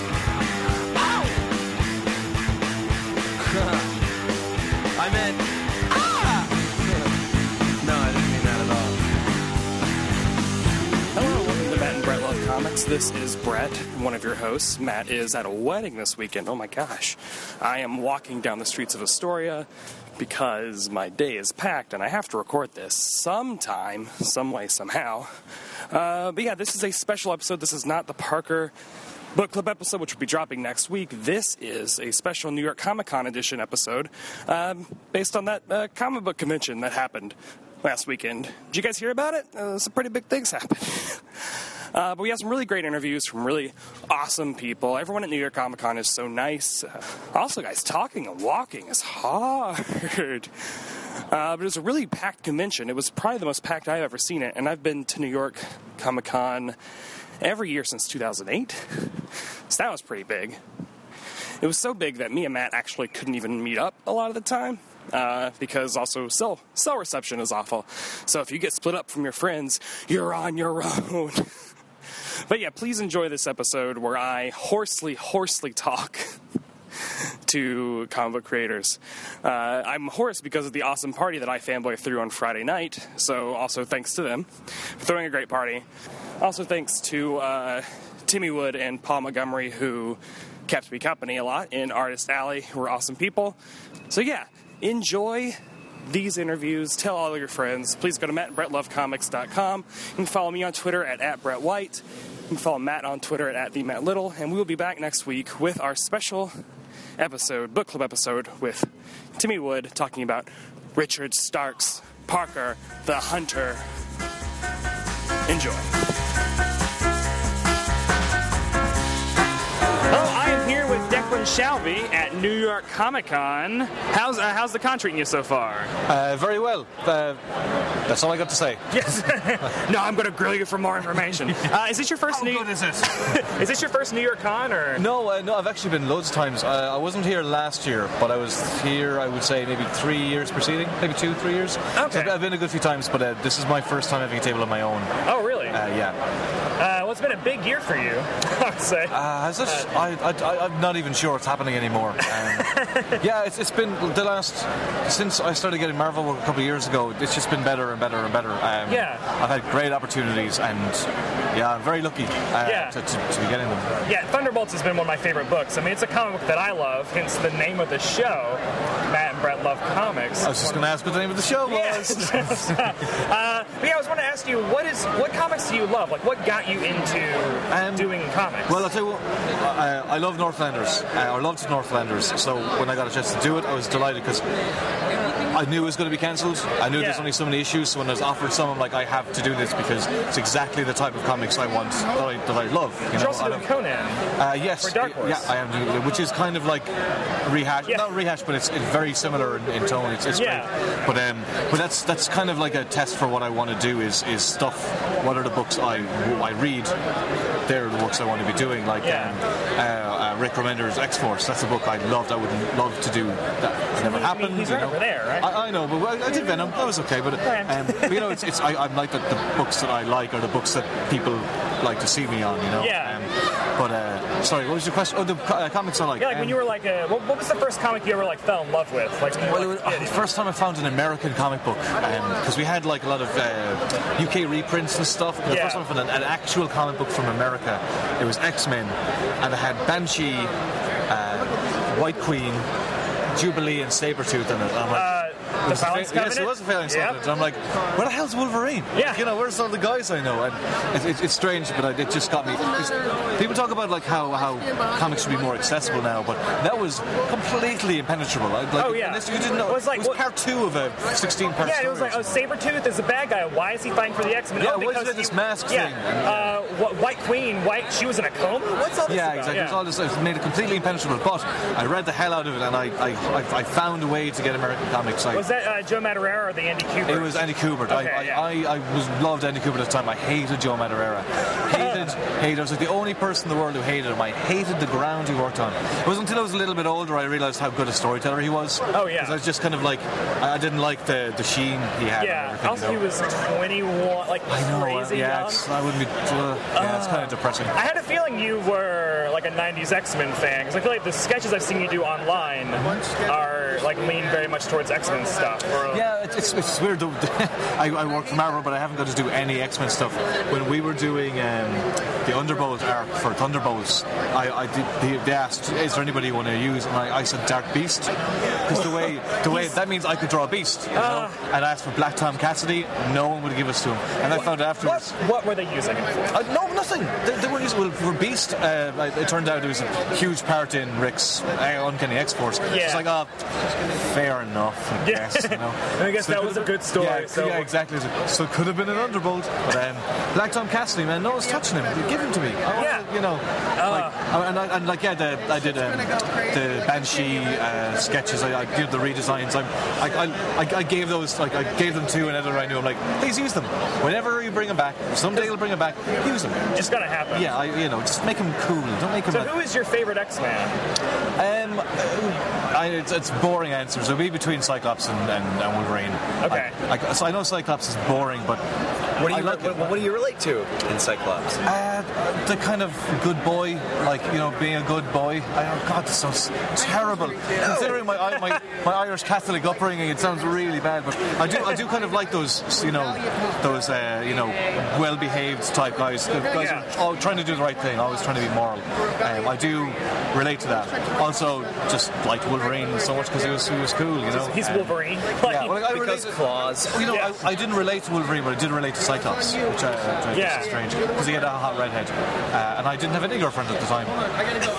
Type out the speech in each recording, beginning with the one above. ah! folks. This is Brett, one of your hosts. Matt is at a wedding this weekend. Oh my gosh. I am walking down the streets of Astoria because my day is packed and I have to record this sometime, some way, somehow. Uh, but yeah, this is a special episode. This is not the Parker book club episode, which will be dropping next week. This is a special New York Comic Con edition episode um, based on that uh, comic book convention that happened last weekend. Did you guys hear about it? Uh, some pretty big things happened. Uh, but we have some really great interviews from really awesome people. Everyone at New York Comic Con is so nice. Uh, also, guys, talking and walking is hard. Uh, but it was a really packed convention. It was probably the most packed I've ever seen it. And I've been to New York Comic Con every year since 2008. So that was pretty big. It was so big that me and Matt actually couldn't even meet up a lot of the time uh, because also cell cell reception is awful. So if you get split up from your friends, you're on your own. but yeah, please enjoy this episode where I hoarsely, hoarsely talk to comic book creators. Uh, I'm hoarse because of the awesome party that I fanboy threw on Friday night. So also thanks to them for throwing a great party. Also thanks to uh, Timmy Wood and Paul Montgomery who kept me company a lot in Artist Alley. who Were awesome people. So yeah, enjoy these interviews. Tell all your friends. Please go to mattandbrettlovecomics.com. You can follow me on Twitter at, at Brett White. You can follow Matt on Twitter at, at the Matt Little. And we will be back next week with our special episode, book club episode, with Timmy Wood talking about Richard Starks, Parker the Hunter. Enjoy. Hello, I am here with Declan Shalvey at New York Comic Con. How's uh, how's the con treating you so far? Uh, very well. Uh, that's all I got to say. Yes. no, I'm going to grill you for more information. Uh, is this your first New? is this? Is this your first New York Con or? No, uh, no, I've actually been loads of times. Uh, I wasn't here last year, but I was here, I would say, maybe three years preceding, maybe two, three years. Okay. So I've- I've been a good few times, but uh, this is my first time having a table of my own. Uh, Oh, really? yeah. Uh, well, it's been a big year for you, I would say. Uh, has it, I, I, I, I'm not even sure what's happening anymore. Um, yeah, it's, it's been the last, since I started getting Marvel work a couple of years ago, it's just been better and better and better. Um, Yeah. I've had great opportunities, and yeah, I'm very lucky uh, Yeah. to, to, to be getting them. Yeah, Thunderbolts has been one of my favorite books. I mean, it's a comic book that I love, hence the name of the show, Matt and Brett Love Comics. I was just going to ask what the name of the show was. Yes. uh, but yeah, I was wanting to ask you, what is what comics do you love? Like, what got you into Um, doing comics? Well, I'll tell you what, I, I love Northlanders. Uh, I loved Northlanders. So when I got a chance to do it, I was delighted because I knew it was going to be cancelled. I knew there's Yeah. only so many issues. So when I was offered some, I'm like, I have to do this because it's exactly the type of comics I want that I, that I love. You you're know, I also doing love- Conan. uh, yes, For Dark Horse. yeah, I am, doing it, which is kind of like rehash, Yeah. not rehash, but it's, it's very similar in, in tone. It's, it's Yeah. great, but um, but that's that's kind of like a test for what I want to do is is stuff. What are the books I I read? They're the books I want to be doing. Like Yeah. um, uh, uh, Rick Remender's X Force. That's a book I loved. I would love to do. That It's never He- happened. he's you right know. over there, right? I, I know, but I, I did Venom. That was okay, but Right. um, but, you know, it's, it's I, I'm like that. The books that I like are the books that people like to see me on. You know. Yeah. Um, but uh, sorry, what was your question? Oh, the co- uh, comics I like. Yeah, like when Um, you were like, a, what, what was the first comic you ever like fell in love with? Like, when you were, Well, it was, like, a oh, kid? the first time I found an American comic book because we had like a lot of uh, UK reprints and stuff. The Yeah. first time I found an, an actual comic book from America, it was X Men, and it had Banshee, uh, White Queen, Jubilee, and Sabretooth in it. And I'm like, uh, the was a fa- yes, Silence it Covenant? was a failing Yep. Covenant. And I'm like, where the hell's Wolverine? Yeah. Like, you know, where's all the guys I know? And it, it, it's strange, but I, it just got me. it's- People talk about like how, how comics should be more accessible now, but that was completely impenetrable. I, like, Oh, yeah. Unless you didn't know. It was like- it was part two of a 16 part Yeah, it was like, oh, Sabretooth is a bad guy. Why is he fighting for the X Men? Yeah, oh, why is because he got this he- mask yeah, thing? Uh, wh- White Queen, White, she was in a coma? What's all this Yeah, about? exactly. It was all this, it made it completely impenetrable. But I read the hell out of it, and I, I, I, I found a way to get American comics. Like, Was that uh, Joe Madureira or the Andy Kubert? It was Andy Kubert. Okay, I, yeah. I, I, I was loved Andy Kubert at the time. I hated Joe Madureira. Hated, hated. I was like the only person in the world who hated him. I hated the ground he worked on. It wasn't until I was a little bit older I realized how good a storyteller he was. Oh, yeah. 'Cause I was just kind of like, I I didn't like the, the sheen he had. and Yeah. everything, Also, you he know. was 21, like I know, uh, crazy yeah, young. it's, I wouldn't be. Uh, yeah, it's kind of depressing. I had a feeling you were like a '90s X-Men fan because I feel like the sketches I've seen you do online are like lean very much towards X-Men stuff. Or, Yeah, it's, it's, it's weird. though. I, I work for Marvel, but I haven't got to do any X Men stuff. When we were doing um, the Underbolt arc for Thunderbolts, I, I did, they, they asked, "Is there anybody you want to use?" And I, I said Dark Beast because the way the way that means I could draw a beast. You know? Uh. and I asked for Black Tom Cassidy, no one would give us to him, and I found out what, afterwards. what were they using it for? Uh, no, nothing. They, they were using well, for Beast. Uh, like, it turned out it was a huge part in Rick's uh, Uncanny X Force. It's Yeah. like, oh, fair enough. I guess. You know? And I guess So it that could was a have- good story, Yeah, so- yeah, exactly. So it could have been an Underbolt, but um, Black Tom Cassidy, man, no one's touching him. Give him to me. I want Yeah. Uh. to, you know, like, and, I, and like, yeah, the, I did um, the Banshee uh, sketches. I, I did the redesigns. I'm, I, I- I, I gave those, like, I gave them to an editor I knew. I'm like, please use them. Whenever you bring them back, someday you'll bring them back. Use them. It's gonna happen. Yeah, I, you know, just make him cool. Don't make him. So like, who is your favorite X-Man? um, I, it's, it's boring answers. It'll be between Cyclops and, and, and Wolverine. Okay. I, I, so I know Cyclops is boring, but What do you I like what, what do you relate to in Cyclops? uh, the kind of good boy, like you know, being a good boy. I, oh God, this sounds terrible. Considering my, I- my my Irish Catholic upbringing, it sounds really bad. But I do I do kind of like those you know those uh, you know well-behaved type guys. The guys who are all trying to do the right thing, always trying to be moral. Um, I do relate to that. Also, just liked Wolverine so much because he was he was cool. You know, He's Um, Wolverine. Yeah, well, I relate Because claws. Oh, you know, Yeah. I, I didn't relate to Wolverine, but I did relate to Cyclops, which I, which I Yeah. yeah. strange because he had a hot redhead, uh, and I didn't have any girlfriend at the time.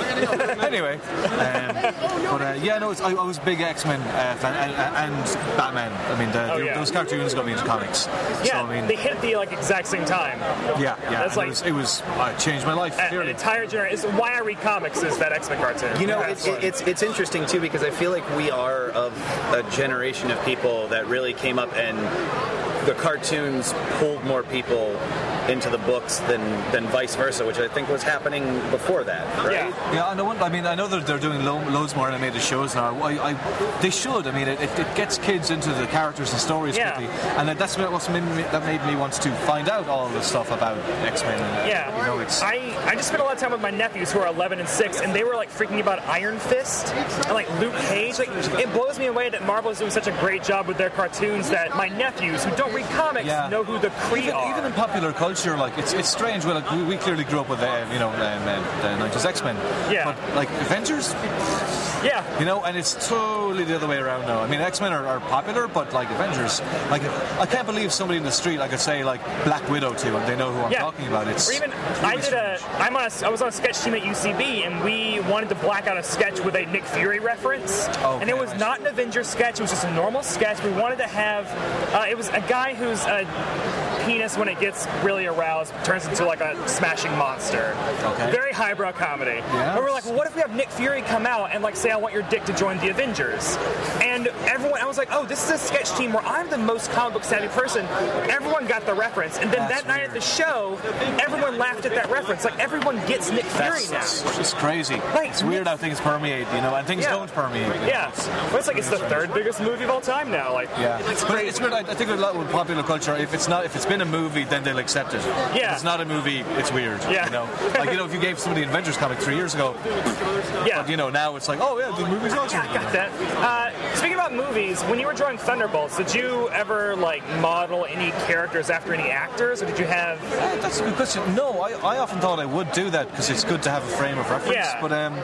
anyway, um, but uh, yeah, no, it's, I, I was a big X Men uh, fan and, and Batman. I mean, the, Oh, the- yeah. those cartoons got me into comics. yeah, so, I mean, they hit the like exact same time. yeah, yeah, and That's like- it was, it was uh, changed my life. An, an clearly. entire generation. Why I read comics is that X-Men cartoon. You know, That's it's, what- it's it's interesting too because I feel like we are of a generation of people that really came up and the cartoons pulled more people into the books than than vice versa, which I think was happening before that, right? yeah. Yeah, I know. I mean, I know that they're doing lo- loads more animated shows now. I, I, they should. I mean, it, it, it gets kids into the characters and stories Yeah. quickly, and that- that's what- what's made me, that made me want to find out all the stuff about X Men. Yeah, you know, it's I, I just spent a lot of time with my nephews who are 11 and 6, and they were like freaking about Iron Fist and like Luke Cage. Like, it blows me away that Marvel is doing such a great job with their cartoons that my nephews who don't read comics Yeah. know who the Kree even, are. even in popular culture, like it's it's strange. Well, like, we, we clearly grew up with um, you know um, uh, the nineties X Men. Yeah. But like Avengers, yeah, you know, and it's totally the other way around now. I mean, X Men are, are popular, but like Avengers, like I can't believe somebody in the street I could say like Black Widow to, and they know who I'm yeah. talking about. It's or even really I did a strange. I'm on a I was on a sketch team at UCB, and we wanted to black out a sketch with a Nick Fury reference, Oh, and it okay, was I see. not an Avengers sketch. It was just a normal sketch. We wanted to have uh, it was a guy who's a penis when it gets really aroused turns into like a smashing monster. Okay. Very highbrow comedy. Yes. But we're like, well, what if we have Nick Fury come out and like say, I want your dick to join the Avengers? And everyone, I was like, oh, this is a sketch team where I'm the most comic book savvy person. Everyone got the reference, and then That's that night at the weird. show, everyone laughed at that reference. Like everyone gets Nick Fury That's- now. It's crazy. Right. It's weird how things permeate, you know, and things Yeah. don't permeate. Yeah, well, it's like it's the third biggest movie of all time now. Like, Yeah, but it's weird. I I think with a lot with popular culture, if it's not, if it's been a movie, then they'll accept it. Yeah. if it's not a movie, it's weird. Yeah. you know, like you know, if you gave somebody an Avengers comic three years ago, yeah. you know, now it's like, oh yeah, the movie's awesome. Yeah, I got that. Uh, speaking about movies, when you were drawing Thunderbolts, did you ever like model any characters after any actors, or did you have? Uh, That's a good question. No, I, I often thought I would do that because it's good to have a frame of reference. Yeah. But um,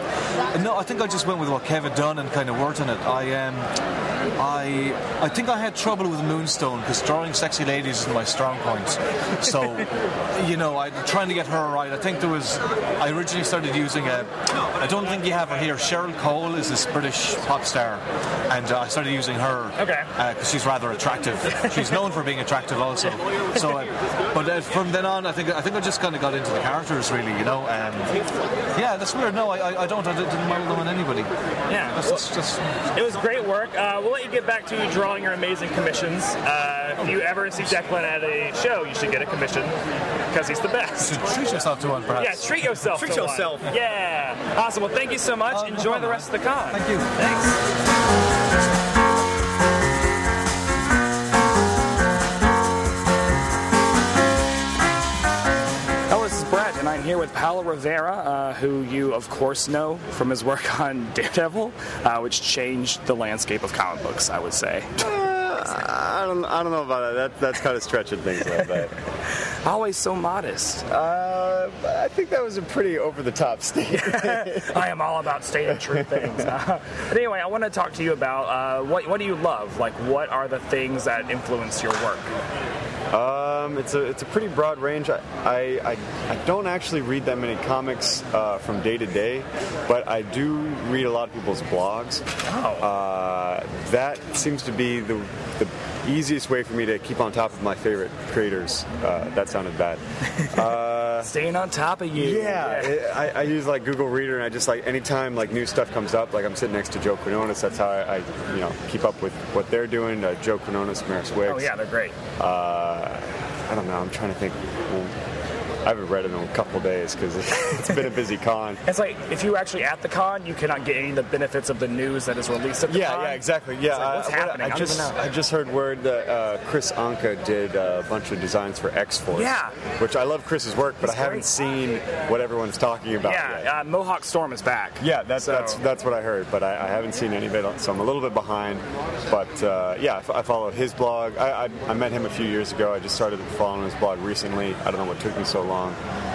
no, I think I just went with what Kev had done and kind of worked on it. I um, I I think I had trouble with Moonstone because drawing sexy ladies is my strong point. So, you know, I trying to get her right. I think there was I originally started using a. I don't think you have her here. Cheryl Cole is this British pop star, and uh, I started using her. Okay. Uh, 'cause she's rather attractive. She's known for being attractive, also. So, uh, but uh, from then on, I think I think I just kind of got into the characters, really. You know, um, yeah, that's weird. No, I, I- I don't. I didn't model them on anybody. Yeah. That's, that's, that's, It was great work. Uh, we'll let you get back to drawing your amazing commissions. Uh, if you ever see Declan at a show, you should get a commission because he's the best. to treat yourself to one, Yeah, perhaps. treat yourself. Treat to one. yourself. Yeah. Awesome. Well, thank you so much. Uh, no Enjoy the problem. rest of the con. Thank you. Hello, this is Brett, and I'm here with Paolo Rivera, uh, who you, of course, know from his work on Daredevil, uh, which changed the landscape of comic books, I would say. I don't, I don't know about that. that that's kind of stretching things a little bit. Always so modest. Uh, I think that was a pretty over the top statement. I am all about stating true things. Uh, but anyway, I want to talk to you about uh, what what do you love? Like, what are the things that influence your work? Um, it's a it's a pretty broad range. I I, I, I don't actually read that many comics uh, from day to day, but I do read a lot of people's blogs. Oh. Uh, that seems to be the the easiest way for me to keep on top of my favorite creators. Uh, that sounded bad. Uh, Staying on top of you. Yeah, I, I use like Google Reader, and I just like anytime like new stuff comes up, like I'm sitting next to Joe Quinones. That's how I, I you know keep up with what they're doing. Uh, Joe Quinones, Maris Wicks. Oh yeah, they're great. Uh, I don't know. I'm trying to think. I haven't read it in a couple days because it's been a busy con. It's like if you were actually at the con, you cannot get any of the benefits of the news that is released at the Yeah, con. yeah, exactly. Yeah, It's like, what's I- happening? I, I don't just even know. I just heard word that uh, Chris Anka did uh, a bunch of designs for X Force. Yeah. which I love Chris's work, but He's I haven't great. seen what everyone's talking about yet. Yeah, uh, Mohawk Storm is back. yeah, that's So- that's that's what I heard, but I, I haven't seen any of it, so I'm a little bit behind. But uh, yeah, I f- I follow his blog. I, I, I met him a few years ago. I just started following his blog recently. I don't know what took me so long.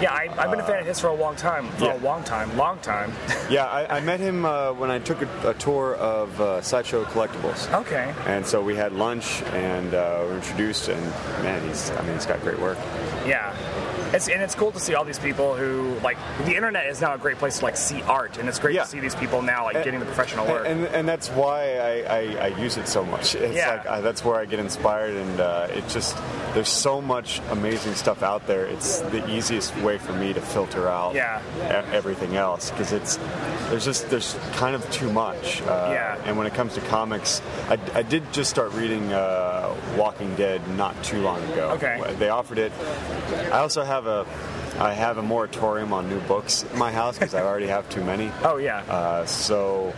yeah. I, I've been a fan of his for a long time. For a yeah. long time, long time. Yeah, I, I met him uh, when I took a, a tour of uh, Sideshow Collectibles. Okay. And so we had lunch and uh, were introduced, and man, he's, I mean, he's got great work. Yeah. It's, and it's cool to see all these people who like the internet is now a great place to like see art, and it's great Yeah. to see these people now like And- getting the professional work. And, and that's why I, I, I use it so much. It's Yeah. like, uh, that's where I get inspired, and uh, it just, there's so much amazing stuff out there. It's the easiest way for me to filter out Yeah. e- everything else, because it's, there's just, there's kind of too much. Uh, Yeah. And when it comes to comics, I, I did just start reading uh, Walking Dead not too long ago. Okay. They offered it. I also have a, I have a moratorium on new books in my house because I already have too many. oh yeah. Uh, so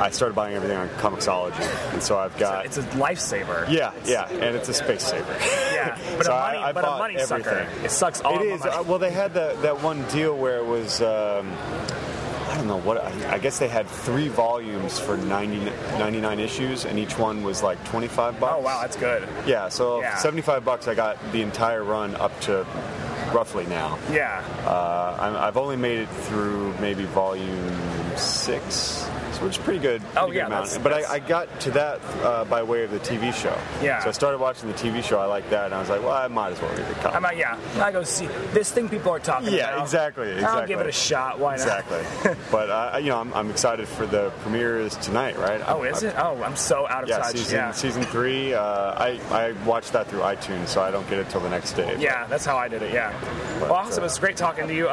I started buying everything on Comixology, and so I've got it's a lifesaver. yeah, yeah, and it's a space saver. Yeah. But So a I- money, I but a bought money sucker. everything. It sucks It all of my is. money. Uh, well, they had the, that one deal where it was. Um, I don't know what. I, I guess they had three volumes for 90, 99 issues, and each one was like twenty five bucks. oh wow, that's good. yeah. So Yeah. seventy five bucks, I got the entire run up to roughly now. Yeah. Uh, I'm, I've only made it through maybe volume six, so which is pretty good. Pretty Oh, good yeah, amount. that's- but that's- I, I got to that uh, by way of the TV show. Yeah. So I started watching the TV show. I liked that, and I was like, well, I might as well read the comic. I'm like, yeah. I go see this thing people are talking Yeah, about. exactly, I'll exactly. give it a shot. Why not? exactly. but uh, you know, I'm, I'm excited for the premiere is tonight, right? Oh, is it? Oh, I'm so out of Yeah, touch. season yeah. season three. Uh, I I watched that through iTunes, so I don't get it till the next day. Yeah, that's how I did it. Yeah. But, well, awesome. uh, it's great talking to you. Uh,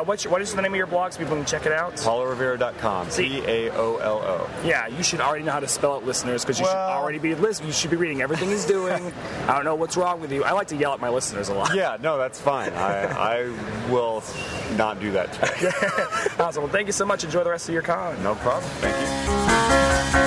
uh, what's your, what is the name of your blog so people can check it out? PaoloRivera.com. See- P A O L O. Yeah, you should already know how to spell it, listeners, because you Well- should already be listening. You should be reading everything he's doing. I don't know what's wrong with you. I like to yell at my listeners a lot. Yeah, no, that's fine. I, I will not do that. Today. Awesome. Well, thank you so much. Enjoy the rest of your con. No problem. Thank you.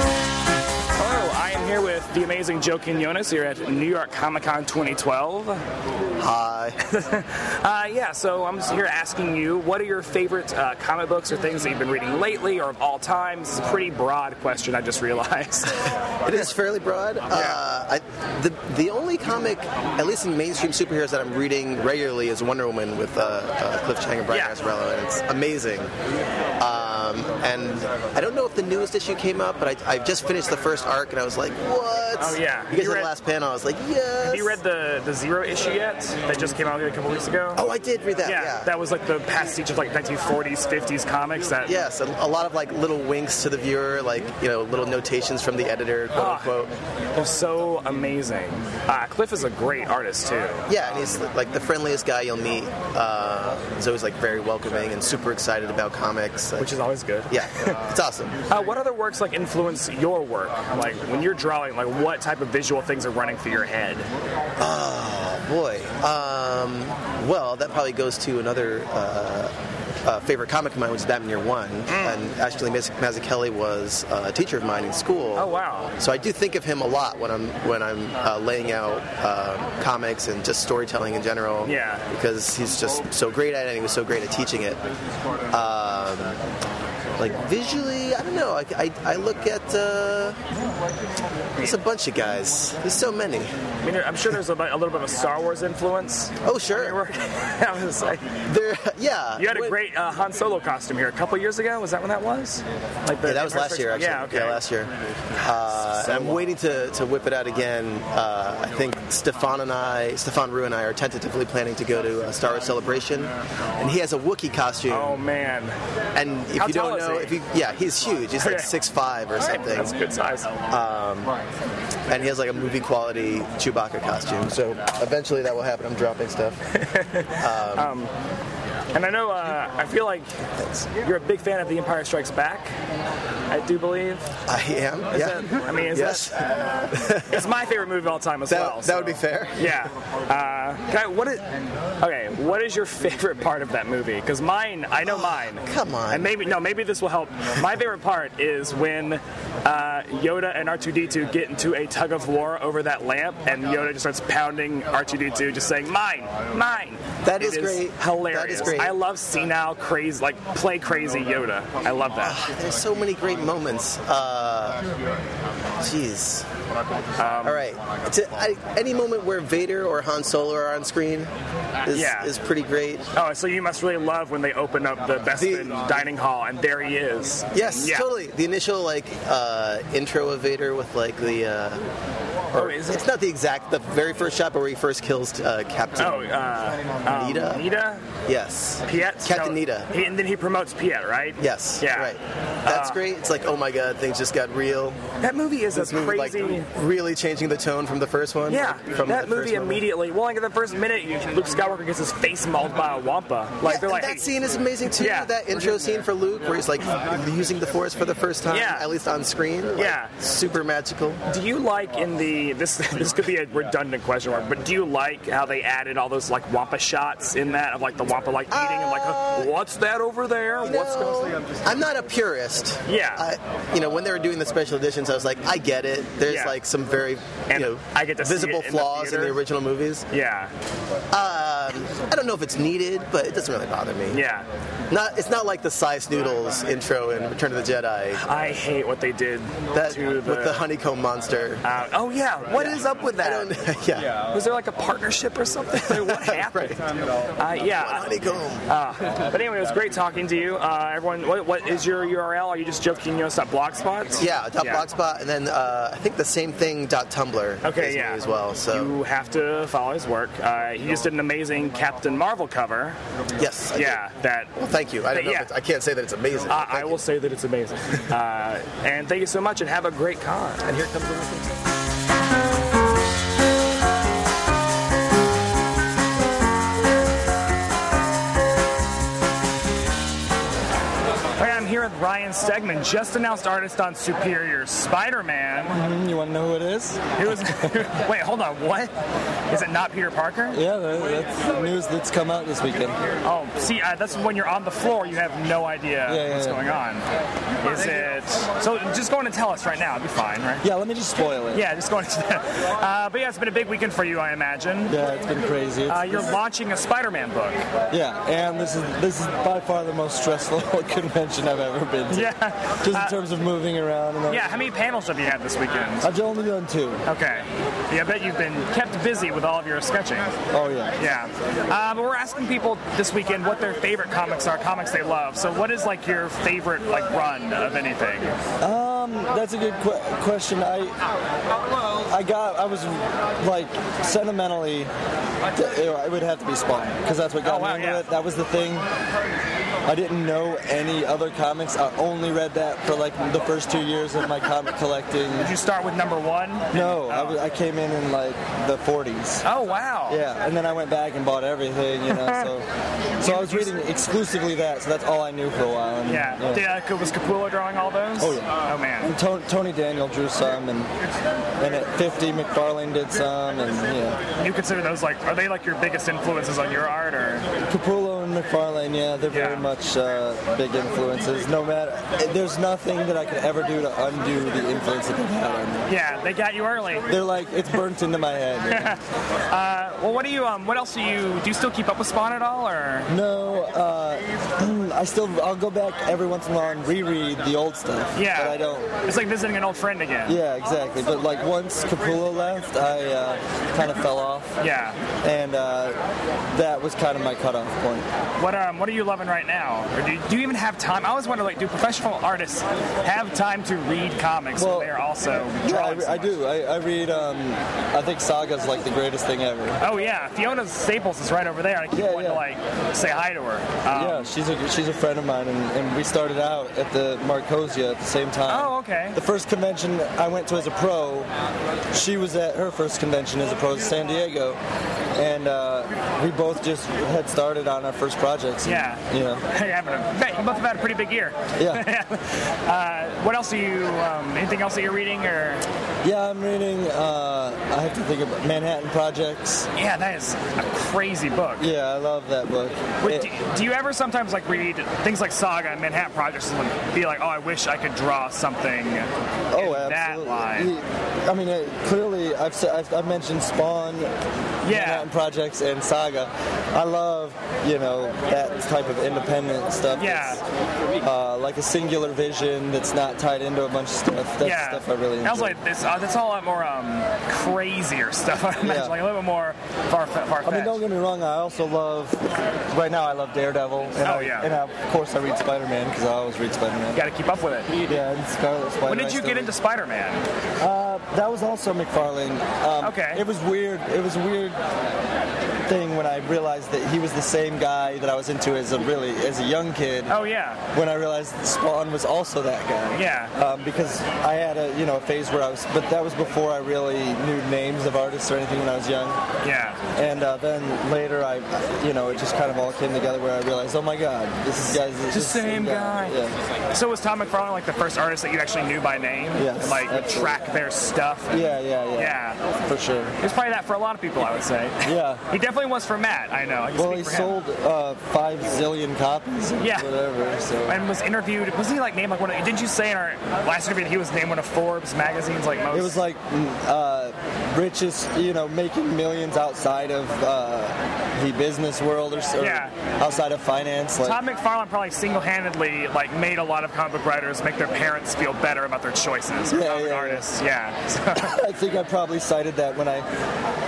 Hello, I am here with the amazing Joe Quinones here at New York Comic Con 2012. Hi. Uh, yeah, so I'm just here asking you, what are your favorite uh, comic books or things that you've been reading lately or of all time? This is a pretty broad question, I just realized. It is fairly broad. Uh, I, the the only comic, at least in mainstream superheroes, that I'm reading regularly is Wonder Woman with uh, uh, Cliff Chang and Brian Yeah. Azzarello, and it's amazing. Um, and I don't know if the newest issue came out, but I, I just finished the first arc, and I was like, "What? Oh, yeah. You guys You had read- the last panel. I was like, "Yes." Have you read the, the Zero issue yet that just came out a couple weeks ago? Oh, I did read that. yeah, Yeah. that was like the pastiche of like 1940s, 50s comics that Yes, a, a lot of like little winks to the viewer, like you know, little notations from the editor, quote Ah. unquote. are so amazing. Uh, Cliff is a great artist too. Yeah, and he's like the friendliest guy you'll meet. Uh, he's always like very welcoming and super excited about comics. Like, Which is always good. yeah, it's awesome. Uh, what other works like influence your work? Like when you're drawing, like what type of visual things are running through your head? Oh, Boy, um, well, that probably goes to another uh, uh, favorite comic of mine was Batman Year One, Mm. and actually Miz- Mazzucchelli was uh, a teacher of mine in school. Oh, wow. So I do think of him a lot when I'm when I'm uh, laying out uh, comics and just storytelling in general. Yeah. Because he's just so great at it, and he was so great at teaching it. Um, like visually, I don't know. I, I, I look at uh, there's a bunch of guys. There's so many. I mean, I'm sure there's a, bit- a little bit of a Star Wars influence. Oh sure. I was like, There. Yeah. you had a Wait. great uh, Han Solo costume here a couple years ago. Was that when that was? Like the Yeah, that was last year, actually. Yeah, okay. last year. Uh, and I'm waiting to, to whip it out again. Uh, I think Stefan and I, Stefan Rue and I, are tentatively planning to go to uh, Star Wars Celebration, and he has a Wookiee costume. Oh man, and if How you tall don't is know, he? if you, yeah, he's huge. He's like Okay. six five or something, Um, that's a good size. and he has like a movie quality Chewbacca costume. So eventually that will happen. I'm dropping stuff. Um, And I know, uh, I feel like you're a big fan of The Empire Strikes Back. I do believe. I am. Is Yeah. that- I mean, is Yes. that, it's my favorite movie of all time as That, well. that so- would be fair. Yeah. Uh, can I- what is, okay, what is your favorite part of that movie? Because mine, I know mine. come on. And maybe no, maybe this will help. My favorite part is when uh, Yoda and R2D2 get into a tug of war over that lamp, and Yoda just starts pounding R2D2, just saying mine, mine. That It is great. That is Hilarious. great. I love senile, crazy, like play crazy Yoda. I love that. There's so many great moments. Uh, Jeez. Um, All right. To- I- any moment where Vader or Han Solo are on screen is, Yeah. is pretty great. Oh, so you must really love when they open up the Bespin dining hall, and there he is. Yes, Yeah. totally. The initial like uh, intro of Vader with like the. Uh, or, Oh, is it? it's not the exact, the very first shot, but where he first kills uh, Captain. Oh, uh, um, Nita? Nita? Yes. Piet? Captain Nita. He, and then he promotes Piet, right? Yes. Yeah. Uh, Right. That's great. It's like, oh my god, things just got real. That movie is This a movie, crazy. like, really changing the tone from the first one. yeah, like, from that the first movie moment. immediately. Well, like in the first minute, Luke Skywalker gets his face mauled by a wampa. Like Yeah, they're and like, that hey, scene is amazing too. Yeah. That intro scene for Luke, where he's like using the Force for the first time, Yeah. at least on screen. like, Yeah. super magical. do you like in the this this could be a redundant question mark, but do you like how they added all those like wampa shots in that of like the wampa like eating and like Uh, what's that over there? You what's going? know, I'm not a purist. Yeah. I, you know, when they were doing the special editions, I was like, I get it. There's Yeah. like some very And you know I get to see visible it in the flaws in the theater. original movies. Um, Yeah, I don't know if it's needed, but it doesn't really bother me. yeah. Not it's not like the size noodles intro in Return of the Jedi. I hate what they did That to the. with the honeycomb monster. uh, oh yeah, what is up with that? I don't yeah. Was there like a partnership or something? Like, what happened? uh, yeah. Honeycomb. uh, but anyway, it was great talking to you. Uh, everyone, what, what is your URL? Are you just joking? You know, blogspot. Yeah, dot blogspot, and then uh, I think the same thing dot Tumblr. Okay, is yeah. new as well. So You have to follow his work. Uh, he just did an amazing Captain Marvel cover. yes, I Yeah, that. do. Thank you. I don't know. Yeah. If it's, I can't say that it's amazing. Uh, Thank I you. will say that it's amazing. Uh, and thank you so much, and have a great con. And here comes the reference. All right, I'm here with Ryan Stegman, just announced artist on Superior Spider-Man. Mm-hmm, You want to know who it is? It was. wait, hold on. What? Is it not Peter Parker? Yeah, that- that's news that's come out this weekend. Oh, see, uh, that's when you're on the floor, you have no idea Yeah, yeah, what's yeah. going on. Is it? So just go on and tell us right now. It'd be fine, right? Yeah, let me just spoil it. Yeah, just go on. Uh, but yeah, it's been a big weekend for you, I imagine. Yeah, it's been crazy. It's- Uh, you're launching a Spider-Man book. yeah, and this is this is by far the most stressful convention I've ever been to. Yeah. Just in Uh, terms of moving around and all. Yeah. How many panels have you had this weekend? I've only done two. Okay. Yeah, I bet you've been kept busy with all of your sketching. Oh yeah. Yeah. Uh, but we're asking people this weekend what their favorite comics are, comics they love. So what is like your favorite like run of anything? Um, That's a good que- question. I I got I was like sentimentally it would have to be Spawn because that's what got Oh, wow, me into yeah. it. That was the thing. I didn't know any other comics. I only read that for like the first two years of my comic collecting. Did you start with number one? No, I was- I came in in like the 40s. Oh wow. Yeah, and then I went back and bought everything, you know. So, so I was reading exclusively that, so that's all I knew for a while. And, Yeah. Did, uh, was Capullo drawing all those? Oh, yeah. Oh man. And Tony, Tony Daniel drew some, and and at 50, McFarlane did some, and yeah, You consider those like are they like your biggest influences on your art or? Capullo and McFarlane, yeah, they're very Yeah. much uh, big influences. No matter, there's nothing that I could ever do to undo the influence that they've had on me. Yeah, they got you early. They're like, it's burnt into my head. Well, what do you? Um, what else do you? Do you still keep up with Spawn at all, or? No, uh, I still, I'll go back every once in a while and reread the old stuff. Yeah. But I don't. It's like visiting an old friend again. Yeah, exactly. But like once Capullo left, I uh, kind of fell off, Yeah. and uh, that was kind of my cutoff point. What um what are you loving right now? Or do, do you even have time? I always wonder like do professional artists have time to read comics Well, when they're also Yeah, drawing? so I, I much? do. I, I read. Um, I think Saga's like the greatest thing ever. Oh yeah, Fiona Staples is right over there. I keep Yeah, wanting to like say hi to her. Um, yeah, she's a she's a friend of mine, and, and we started out at the Marcosia at the same time. Oh, okay. The first convention I went to as a pro, she was at her first convention as a pro in San Diego, and uh, we both just had started on our first projects. and, Yeah. you know, Hey, having a, bet you both have had a pretty big year. yeah. uh, what else are you? Um, anything else that you're reading? Or Yeah, I'm reading. Uh, I have to think about Manhattan Projects. yeah, that is a crazy book. Yeah, I love that book. It- Wait, do, do you ever sometimes like read things like Saga and Manhattan Projects and be like, oh, I wish I could draw something? oh, in that absolutely. line. I mean, it, clearly, I've, s- I've I've mentioned Spawn, Yeah, Manhattan Projects, and Saga. I love you know that type of independent stuff. Yeah. that's, Uh, like a singular vision that's not tied into a bunch of stuff. That's yeah. stuff I really enjoy. That was like this. Uh, that's all a lot more um, crazier stuff. I imagine, Yeah. like a little bit more far far I mean, don't get me wrong. I also love. Right now, I love Daredevil. And I, Oh, yeah. And I, of course, I read Spider-Man because I always read Spider-Man. Got to keep up with it. Yeah, and Scarlet Spider. When I did you still get read. into Spider-Man? That was also McFarlane. Um, Okay. It was weird. It was a weird thing when I realized that he was the same guy that I was into as a really as a young kid. Oh yeah, When I realized that Spawn was also that guy. Yeah. Um, because I had a you know a phase where I was, but that was before I really knew names of artists or anything when I was young. yeah. And uh, then later I, you know, it just kind of all came together where I realized, oh my God, this is guys. This The is same guy. Yeah. So was Tom McFarlane like the first artist that you actually knew by name? Yes, And, like would absolutely. track their stuff. yeah, yeah, yeah, Yeah, for sure. it's probably that for a lot of people, I would say. Yeah. He definitely was for Matt. I know. I can Well, speak he for him. sold uh, five zillion copies. Or Yeah. Whatever. So and was interviewed. Was he like named like one? Of, didn't you say in our last interview that he was named one of Forbes magazines like most? it was like mm, uh, richest, you know, making millions outside of uh, the business world or, so, Yeah. outside of finance. Like, Tom McFarlane probably single-handedly like made a lot of comic book writers make their parents feel better about their choices. for Yeah, comic yeah, yeah. artists, yeah. So, I think I probably cited that when I.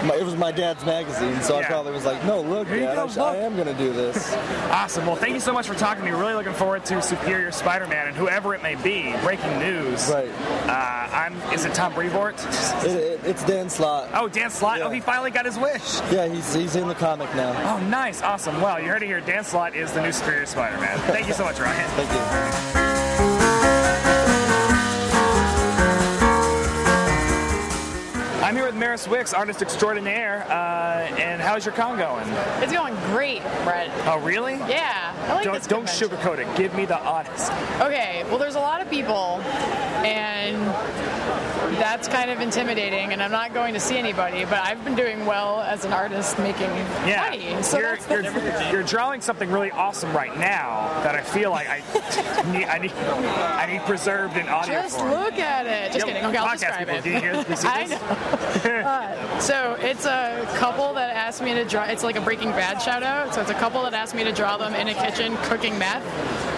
My, it was my dad's magazine, so I Yeah. probably was like, "No, look, you Dad, go, I, sh- I look." am gonna do this." awesome. Well, thank you so much for talking to me. Really looking forward to Superior Spider-Man and whoever it may be. Breaking news. right. Uh, I'm. Is it Tom Brevoort? It, it, it's Dan Slott. Oh, Dan Slott. Yeah. Oh, he finally got his wish. Yeah, he's, he's in the comic now. Oh, nice. Awesome. Well, you heard it here. Dan Slott is the new Superior Spider-Man. Thank you so much, Ryan. Thank you. I'm here with Maris Wicks, artist extraordinaire. Uh, and how's your con going? It's going great, Brett. Oh, really? Yeah, I like this. Don't, don't convention. sugarcoat it. Give me the honest. Okay, well, there's a lot of people, and that's kind of intimidating. And I'm not going to see anybody, but I've been doing well as an artist, making Yeah. money. So you're, that's the you're, you're drawing something really awesome right now that I feel like I need, I need, I need preserved in audio Just form. look at it. Just Yep, kidding. Okay, I'll podcast describe people. it. Do you hear- do you see I this? know. Uh, so it's a couple that asked me to draw. It's like a Breaking Bad shout out. So it's a couple that asked me to draw them in a kitchen cooking meth,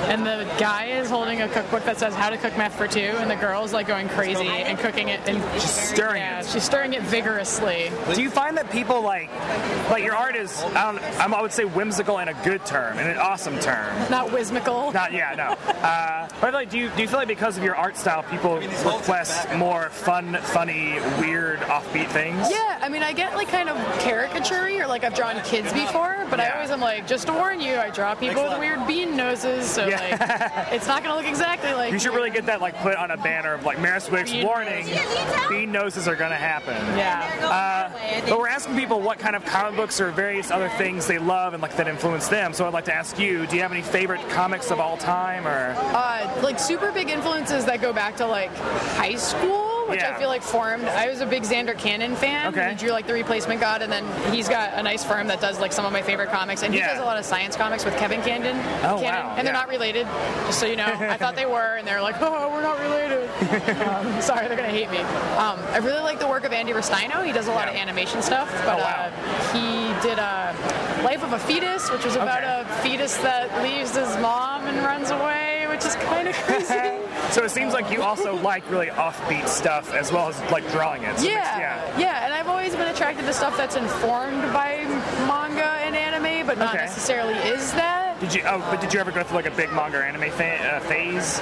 and the guy is holding a cookbook that says how to cook meth for two, and the girl is like going crazy and cooking it and She's stirring yeah, it. she's stirring it vigorously. Do you find that people like, like your art is, I don't, I'm, I would say whimsical in a good term, in an awesome term. Not whimsical. Not yeah, no. Uh, but like, do you do you feel like because of your art style, people request more fun, funny, weird, offbeat things? Yeah, I mean, I get like kind of caricaturey, or like I've drawn kids before, but I Yeah. always am like, just to warn you, I draw people with weird bean noses, so like, it's not gonna look exactly like. You should really get that like put on a banner of like Maris Wicks Bean warning. noses. Bean noses are gonna happen. Yeah. But we're asking people what kind of comic books or various other things they love and like that influence them. So I'd like to ask you, do you have any favorite comics of all time or Uh, like super big influences that go back to like high school which Yeah. I feel like formed. I was a big Xander Cannon fan. Okay. He drew like the Replacement God, and then he's got a nice firm that does like some of my favorite comics, and he Yeah. does a lot of science comics with Kevin Cannon. Oh, Cannon, wow. And they're Yeah. not related, just so you know. I thought they were, and they're like, oh, we're not related. um, sorry, they're gonna hate me. Um, I really like the work of Andy Rustino. He does a lot of Yeah. animation stuff, but Oh, wow. uh, he did uh, Life of a Fetus, which was about Okay. a fetus that leaves his mom and runs away, which is kind of crazy. So it seems like you also like really offbeat stuff as well as like drawing it. So it makes- Yeah, yeah, and I've always been attracted to stuff that's informed by manga and anime, but not Okay. necessarily is that. Did you? Oh, but did you ever go through like a big manga or anime fa- uh, phase?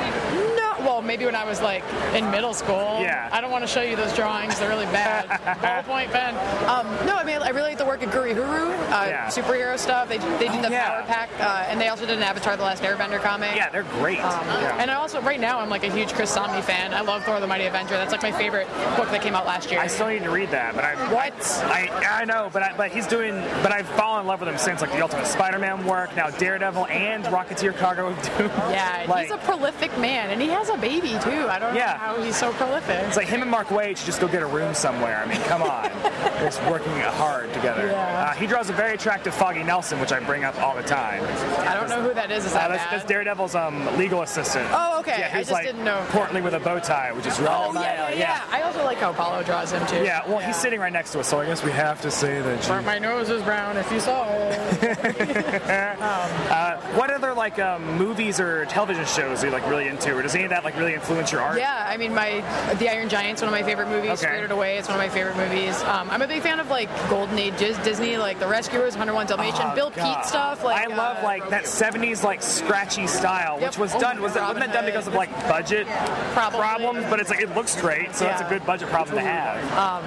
No, well, maybe when I was like in middle school. Yeah. I don't want to show you those drawings; they're really bad. Ballpoint pen. Um, no, I mean I really like the work of Gurihuru, uh, Yeah. Oh, superhero stuff. They they did the yeah. Power Pack, uh, and they also did an Avatar: The Last Airbender comic. Um, Yeah, they're great. yeah. And I also, right now, I'm like a huge Chris Somney fan. I love Thor: The Mighty Avenger. That's like my favorite book that came out last year. I still need to read that, but I What? I, I, I know, but I, but he's doing. But I've fallen in love with him since like the Ultimate Spider-Man work, now Daredevil and Rocketeer Cargo of Doom. Yeah, and like, he's a prolific man, and he has a baby too. I don't Yeah. know how he's so It's prolific. like him and Mark Wade should just go get a room somewhere. I mean, come on. They're just working hard together. Yeah. Uh, he draws a very attractive Foggy Nelson, which I bring up all the time. I don't know who that is. Is Uh, that that's, that's bad? Daredevil's um, legal assistant. Oh, okay. Yeah, I who's just like didn't know. Portly with a bow tie, which is Oh wrong. yeah, yeah, yeah. I also like how Paulo draws him too. Yeah, well, he's sitting right next to us, so I guess we have to say that. But my nose is brown. If you saw it. Uh, What other like um, movies or television shows are you like really into, or does any of that like really influence your art? Yeah, I mean, my The Iron Giant's one of my favorite movies. Okay. Spirited Away, it's one of my favorite movies. Um, I'm a big fan of like Golden Age Disney, like The Rescuers, 101 Dalmatian, Oh, Bill God. Pete stuff. Like I love uh, like that '70s like scratchy style, Yep. which was Oh, done was that, Robin wasn't that done Hood. because of like budget Probably. problems? But it's like it looks great, so that's a Yeah. good budget problem to have. Um,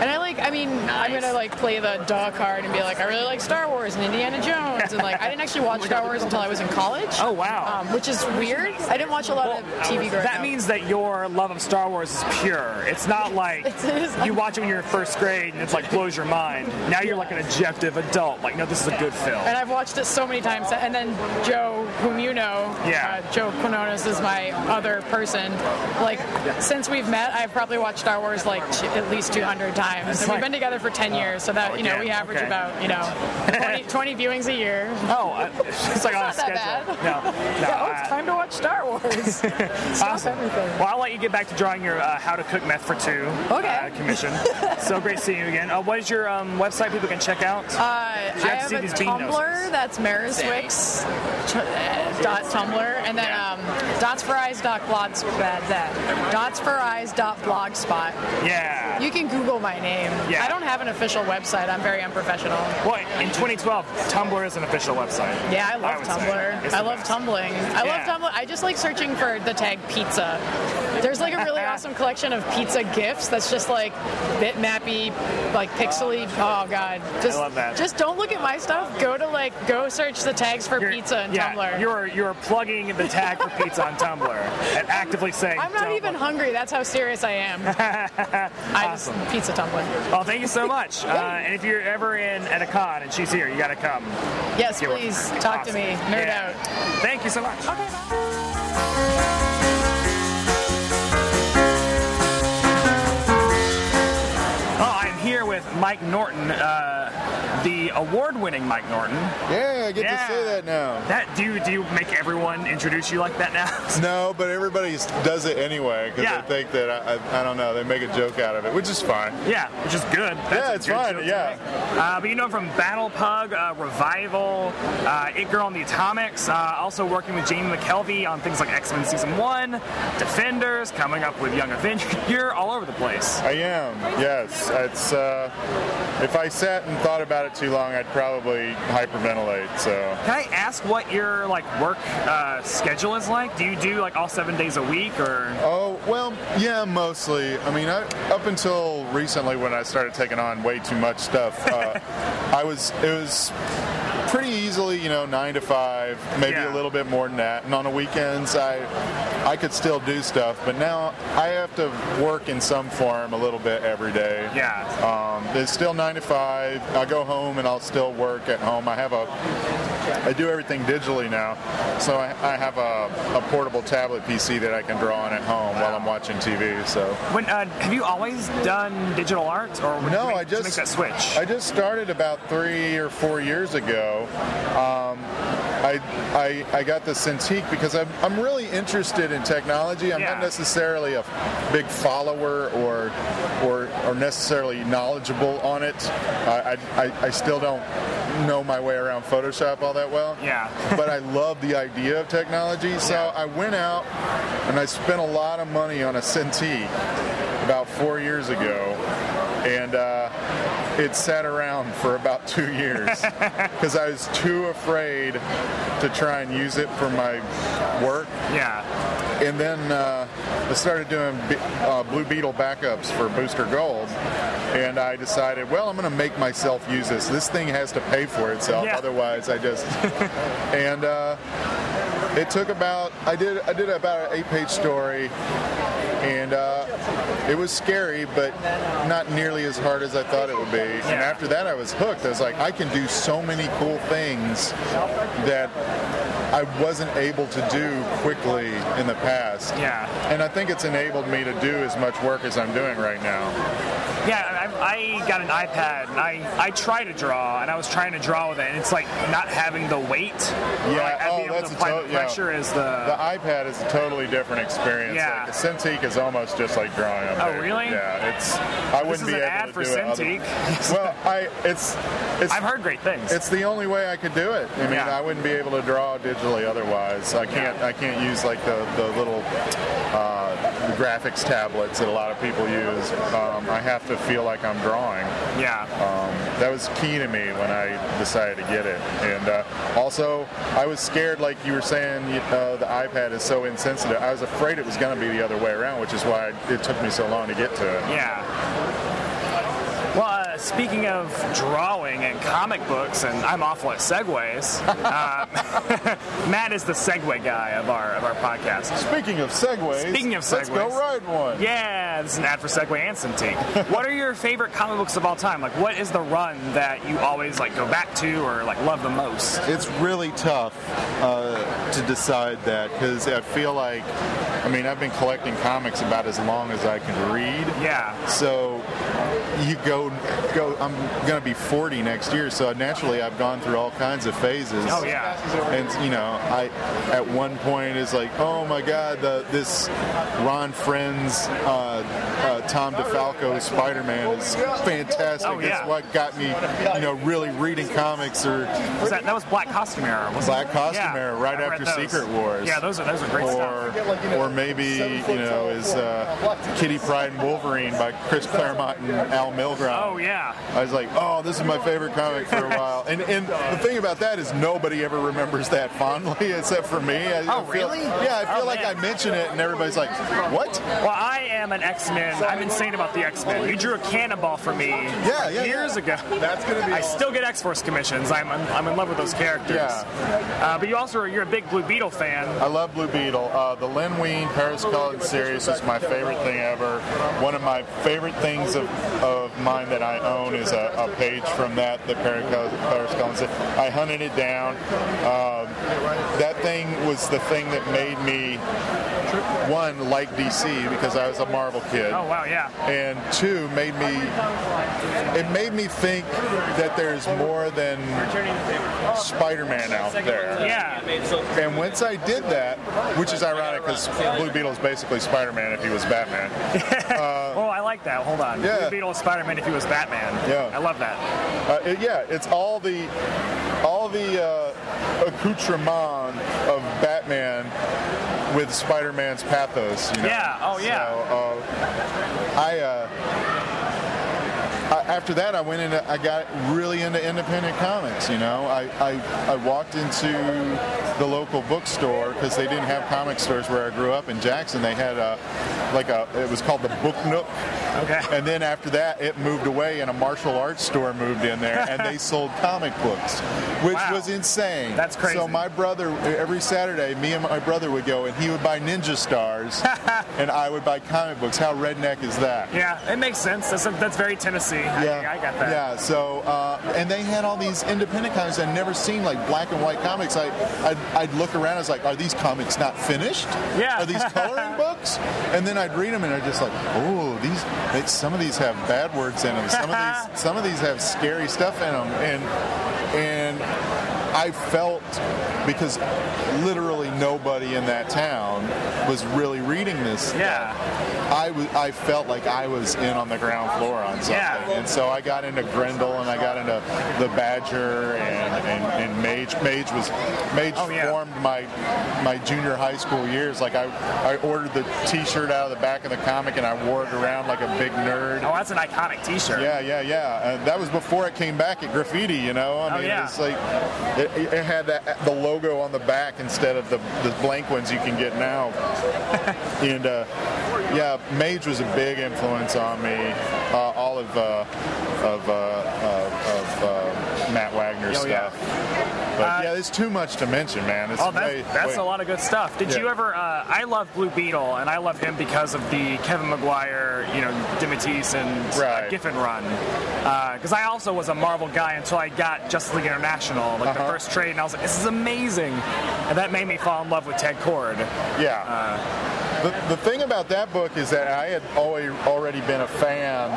And I like, I mean, I'm gonna like play the duh card and be like, I really like Star Wars and Indiana Jones, and like, I didn't actually watch Star Wars until I was in college. Oh, wow. Um, which is weird. I didn't watch a lot of TV growing that up. means that your love of Star Wars is pure. It's not like It is. you watch it when you're in first grade and it's like blows your mind. Now you're like an objective adult. Like, no, this is a good film. And I've watched it so many times. And then Joe, whom you know, Yeah. uh, Joe Quinones is my other person. Like, since we've met, I've probably watched Star Wars like ch- at least 200 times. and like- we've been together for 10 years, so that, you know, Oh. yeah, we average okay. about, you know, 20, 20 viewings a year. Oh, I- it's like on a It's not schedule. that No, no. Yeah, oh, it's I- time to watch Star Wars. Stop Awesome. everything. Well, I'll let you get back to drawing your uh, How to Cook Meth for Two Okay. uh, commission. so great seeing you again. Uh, what is your um, website people can check out? Uh, You have I to have see a these bean noses. Tumblr that's Mariswix dot Tumblr, and then Yeah. um, dots for eyes dot blogs that- that dots for eyes dot blogspot. yeah. You can Google my name. Yeah. I don't have an official website. I'm very unprofessional. well, in 2012, Tumblr is an official website. Yeah, I love would say Tumblr. it's the I love best. tumbling. I Yeah. love Tumblr. I just like searching for the tag pizza. There's like a really awesome collection of pizza gifs that's just like bitmappy, like pixely. Oh god, just love that. just don't look at my stuff. Go to like go search the tags for You're- pizza and yeah, Tumblr. You're you're plugging the tag for pizza on Tumblr and actively saying. I'm not "Don't even look." hungry. That's how serious I am. I just pizza tumbling. Well, thank you so much. Uh, and if you're ever in at a con and she's here, you got to come. Yes, Give her- please talk to Awesome. me. Nerd Yeah. out. Thank you so much. Well, Oh, I'm here with Mike Norton, uh, the award-winning Mike Norton. Yeah, I get Yeah. to say that now. That do you, do you make everyone introduce you like that now? No, but everybody s- does it anyway because Yeah. they think that I, I, I don't know. They make a joke out of it, which is fine. yeah, which is good. That's yeah, a it's good fine. joke to Yeah, make. Uh, but you know from Battle Pug, uh, Revival, uh, It Girl and the Atomics. Uh, also working with Jamie McKelvey on things like X Men Season One, Defenders, coming up with Young Avengers. You're all over the place. I am. Yes, it's. Uh, if I sat and thought about it too long, I'd probably hyperventilate. So Can I ask what your like work uh, schedule is like? Do you do like all seven days a week or? Oh, well, yeah, mostly. I mean, I, up until recently when I started taking on way too much stuff, uh, I was, it was pretty easy easily, you know, nine to five, maybe Yeah. a little bit more than that. And on the weekends, I I could still do stuff, but now I have to work in some form a little bit every day. Yeah. Um, it's still nine to five. I go home and I'll still work at home. I have a, I do everything digitally now, so I, I have a, a portable tablet PC that I can draw on at home while I'm watching TV. So When, uh, have you always done digital art, or No, when did you I make, did you just- make that switch? I just started about three or four years ago. Um, I, I, I got the Cintiq because I'm, I'm really interested in technology. I'm Yeah. not necessarily a big follower or or, or necessarily knowledgeable on it. I, I, I- I still don't know my way around Photoshop all that well. Yeah. but I love the idea of technology. So I went out and I spent a lot of money on a Cintiq about four years ago, and uh, it sat around for about two years because I was too afraid to try and use it for my work. yeah. And then uh, I started doing be- uh, Blue Beetle backups for Booster Gold. And I decided, well, I'm going to make myself use this. This thing has to pay for itself, Yeah. otherwise I just. and uh, it took about I did I did about an eight-page story, and uh, it was scary, but not nearly as hard as I thought it would be. And Yeah. after that, I was hooked. I was like, I can do so many cool things that I wasn't able to do quickly in the past. Yeah. And I think it's enabled me to do as much work as I'm doing right now. Yeah, I, I got an iPad and I, I try to draw and I was trying to draw with it and it's like not having the weight. Yeah, like, I'd oh, be able that's to a apply to- the yeah. pressure is The the. iPad is a totally different experience. Yeah. Like, Cintiq is almost just like drawing on Oh, paper. really? Yeah, it's. I This wouldn't be is an able ad to for do it other- Cintiq. well, I it's it's I've heard great things. It's the only way I could do it. I mean, Yeah. I wouldn't be able to draw digitally otherwise. I can't. I can't use like the the little uh, the graphics tablets that a lot of people use. Um, I have to feel like I'm drawing. yeah. Um, that was key to me when I decided to get it. And uh, also, I was scared, like you were saying, you- uh, the iPad is so insensitive. I was afraid it was going to be the other way around, which is why it took me so long to get to it. Yeah. Well, uh, speaking of drawing and comic books, and I'm awful at segues. um, Matt is the segue guy of our of our podcast. Speaking of segways, Speaking of let's go segues. ride one. Yeah, this is an ad for Segway and Cintiq. what are your favorite comic books of all time? Like, what is the run that you always like go back to or like love the most? it's really tough uh, to decide that because I feel like, I mean, I've been collecting comics about as long as I can read. Yeah, So you go go. I'm gonna be 40 next year, so naturally I've gone through all kinds of phases. Oh, yeah. And you know, I at one point is like, oh my God, the, this Ron Friend's uh, uh, Tom DeFalco Spider-Man is fantastic. Oh, yeah. It's what got me, you know, really reading comics or was that that was Black Costume Era? Wasn't Black it? Costume Yeah, Era, right I read after those. Secret Wars. Yeah, those are those are great or, stuff. or maybe you know is uh, Kitty Pride and Wolverine by Chris Claremont and Al Milgrom. Oh yeah, I was like, oh, this is my favorite comic for a while. And and the thing about that is nobody ever remembers that fondly except for me. I, Oh, I feel- really? Yeah, I feel Oh, like man. I mention it and everybody's like, what? Well, I am an X Men. I'm insane about the X Men. You drew a cannonball for me Yeah, yeah. years yeah. ago. That's gonna be. I awesome. still get X Force commissions. I'm, I'm I'm in love with those characters. Yeah. Uh, but you also are, you're a big Blue Beetle fan. I love Blue Beetle. Uh, the Len Wein Paris Cullen series is my favorite thing ever. One of my favorite things of, of mine that I own is a, a page from that, the Paris Cullen, Paris Cullen series. I hunted it down. Um, that thing was the thing that made me, one, like DC because I was a Marvel kid Oh wow, yeah. and two made me it made me think that there's more than spider-man out there Yeah, and once i did that which is ironic because blue beetle is basically spider-man if he was batman Oh, I like that. Hold on. Uh, Yeah. Blue Beetle is Spider-Man if he was Batman. Yeah. I love that. uh, it- yeah it's all the all the uh, accoutrement of batman with spider-man's pathos you know? Yeah. Oh, yeah. So, uh, I, uh, I after that I went into I got really into independent comics. You know, I I, I walked into the local bookstore because they didn't have comic stores where I grew up in Jackson. They had a like a it was called the Book Nook. Okay. And then after that, it moved away, and a martial arts store moved in there, and they sold comic books, which Wow. was insane. That's crazy. So my brother, every Saturday, me and my brother would go, and he would buy Ninja Stars, and I would buy comic books. How redneck is that? Yeah, it makes sense. That's, that's very Tennessee. Yeah, I, I got that. Yeah, so uh, and they had all these independent comics I'd never seen, like black and white comics. I, I'd, I'd look around, I was like, are these comics not finished? Yeah. Are these coloring books? And then I'd read them, and I'd just like, oh, these. They, some of these have bad words in them. Some of these, some of these have scary stuff in them, and and I felt because literally nobody in that town was really reading this Yeah. I was- I felt like I was in on the ground floor on something. Yeah. And so I got into Grendel and I got into the Badger and, and, and Mage. Mage was Mage Oh, yeah. formed my my junior high school years. Like I, I ordered the T-shirt out of the back of the comic and I wore it around like a big nerd. Oh, that's an iconic T-shirt. Yeah, yeah, yeah. And that was before it came back at graffiti. You know, I Oh, mean, yeah. it's like it, it had that the logo on the back instead of the, the blank ones you can get now. and uh, yeah, Mage was a big influence on me. Uh, all of uh, of uh, of, of uh, Matt Wagner's Oh, yeah. stuff. But Uh, yeah, there's too much to mention, man. It's Oh, that, way- that's way- a lot of good stuff. Did Yeah. you ever? Uh, I love Blue Beetle, and I love him because of the Kevin McGuire, you know, Dimitris and uh, Right. Giffen run. Because I also was a Marvel guy until I got Justice League International, like the Uh-huh. first trade, and I was like, this is amazing, and that made me fall in love with Ted Cord. Yeah. Uh, the, the thing about that book is that I had always already been a fan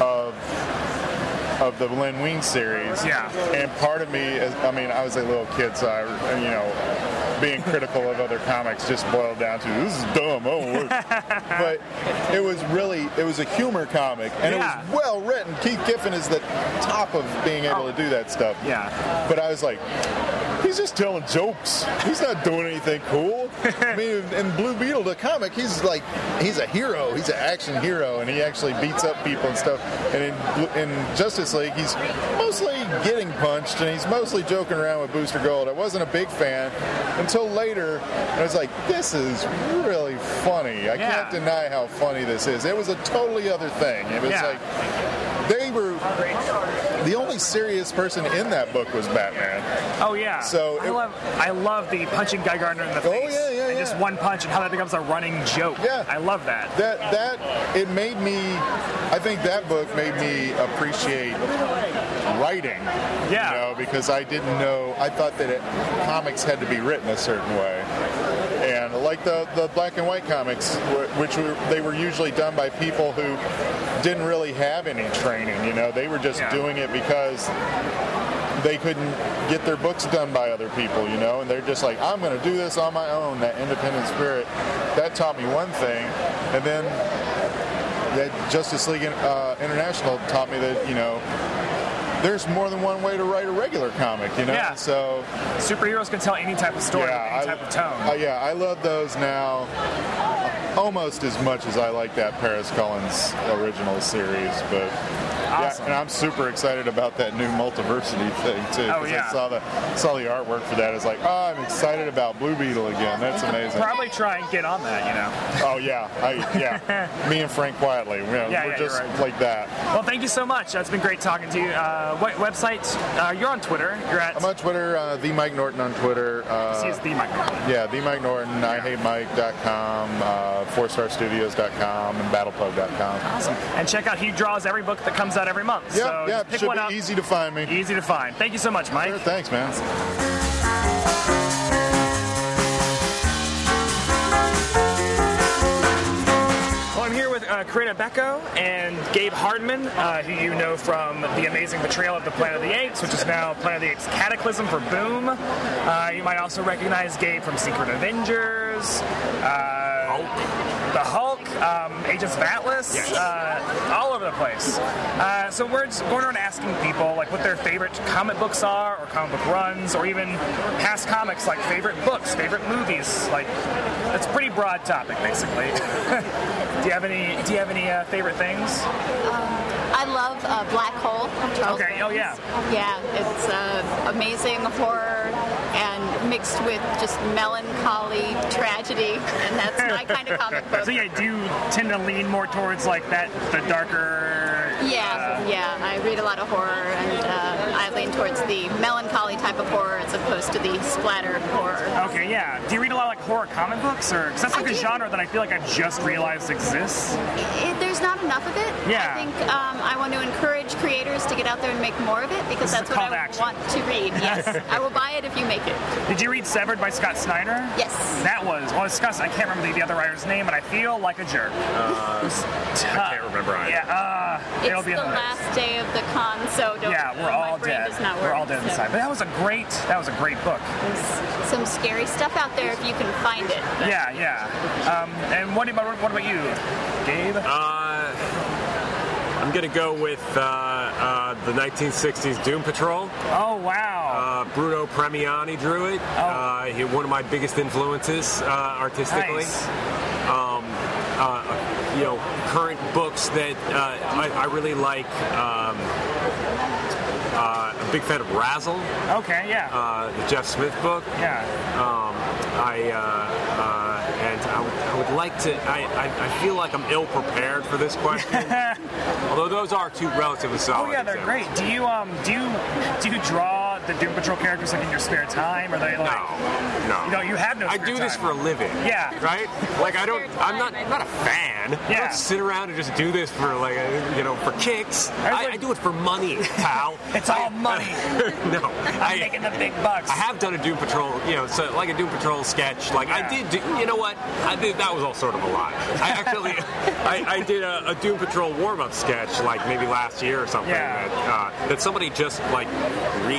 of of the Lin Wing series. Yeah. And part of me, is, I mean, I was a little kid, so I, you know, being critical of other comics just boiled down to this is dumb. Oh, look." but it was really it was a humor comic, and Yeah. it was well written. Keith Giffen is the top of being able to do that stuff. Oh. Yeah, But I was like, he's just telling jokes. He's not doing anything cool. I mean, in Blue Beetle, the comic, he's like, he's a hero. He's an action hero, and he actually beats up people and stuff. And in, Blu- in Justice League, he's mostly getting punched, and he's mostly joking around with Booster Gold. I wasn't a big fan until later. I was like, this is really funny. I Yeah. can't deny how funny this is. It was a totally other thing. It was Yeah. like, they were the only serious person in that book was Batman. oh yeah. So I it- love, I love the punching Guy Gardner in the Oh, face, yeah, yeah, and just yeah. one punch, and how that becomes a running joke. Yeah. I love that. That that it made me. I think that book made me appreciate writing. Yeah. You know, because I didn't know. I thought that it, comics had to be written a certain way. And like the, the black and white comics, wh- which were they were usually done by people who didn't really have any training. You know, they were just Yeah. doing it because they couldn't get their books done by other people, you know, and they're just like, I'm going to do this on my own. That independent spirit, that taught me one thing, and then that Justice League uh, International taught me that, you know, there's more than one way to write a regular comic, you know. Yeah. So Superheroes can tell any type of story, any type of tone. uh, yeah, I love those now almost as much as I like that Paris Collins original series, but. Yeah, Awesome. and I'm super excited about that new multiversity thing too. Oh, 'cause yeah. I saw the saw the artwork for that. It's like, oh, I'm excited about Blue Beetle again. That's amazing. Probably try and get on that, you know. oh yeah, I, yeah. Me and Frank quietly, you know, Yeah, we're yeah, you're just right. like that. Well, thank you so much. It's been great talking to you. Uh, what website? Uh, you're on Twitter. You're at. I'm on Twitter, uh, the Mike Norton on Twitter. See, Uh, it's the microphone. yeah, the Mike Norton, I hate Mike.com, uh, fourstarstudios.com, and battlepub.com. Awesome. And check out He Draws every book that comes out every month. Yeah, so yeah, just pick should one be up. easy to find me. Easy to find. Thank you so much, Mike. Sure, thanks, man. Well, I'm here with uh, Karina Becco and Gabe Hardman, uh, who you know from the amazing Betrayal of the Planet of the Apes, which is now Planet of the Apes Cataclysm for Boom. Uh, you might also recognize Gabe from Secret Avengers. Uh, The Hulk, um, Agents of Atlas, uh, all over the place. Uh, so we're just going around asking people like what their favorite comic books are, or comic book runs, or even past comics like favorite books, favorite movies. Like that's a pretty broad topic, basically. Do you have any? Do you have any uh, favorite things? Um, I love uh, Black Hole. Charles Okay, oh, Dickens. yeah. Yeah, it's uh, amazing horror and mixed with just melancholy tragedy, and that's my kind of comic book. So yeah, do you tend to lean more towards like that, the darker? uh, Yeah, yeah. I read a lot of horror, and uh, I lean towards the melancholy type of horror as opposed to the splatter horror. Okay, yeah. Do you read a lot of like horror comic books, or because that's I like a do. genre that I feel like I've just realized exists? It, there's not enough of it. Yeah. I think um, I want to encourage creators to get out there and make more of it because This is that's a what call to I action. want to read. Yes, I will buy it if you make it. Did you read Severed by Scott Snyder? Yes. That was well, it's Scott. I can't remember the, the other writer's name, but I feel like a jerk. Uh, Uh, I can't remember either. Yeah, uh, It's it'll be the in the notes. last day of the con, so don't. Yeah, we're my all brain dead. Does not work, we're all dead so. inside. But that was a great. That was a great book. There's some scary stuff out there if you can find it. Yeah, yeah. Um, and what about what about you, Gabe? Uh, I'm gonna go with uh, uh, the 1960s Doom Patrol. oh wow. Oh. Uh, Bruno Premiani drew it. Uh, he, one of my biggest influences uh, artistically. Um, uh, nice. you know, current books that uh, I, I really like. Um, uh, a big fan of Razzle, Okay, yeah, uh, the Jeff Smith book. yeah. Um, I uh, uh, and I would, I would like to. I, I, I feel like I'm ill prepared for this question, although those are two relatively solid. Oh yeah, they're examples. great. Do you um do you do you draw the Doom Patrol characters like in your spare time? Or they like? No, no. You know, you have no I spare do this time. for a living. Yeah. Right? Like I don't. Spare time, I'm not. I I'm not a fan. I Yeah. don't sit around and just do this for like uh, you know for kicks. I, like- I do it for money, pal. It's all money. no, I'm making the big bucks. I have done a Doom Patrol, you know, so like a Doom Patrol sketch. Like Yeah. I did, do, you know what? I did. That was all sort of a lie. I actually, I, I did a, a Doom Patrol warm-up sketch, like maybe last year or something. Yeah. That, uh, that somebody just like re,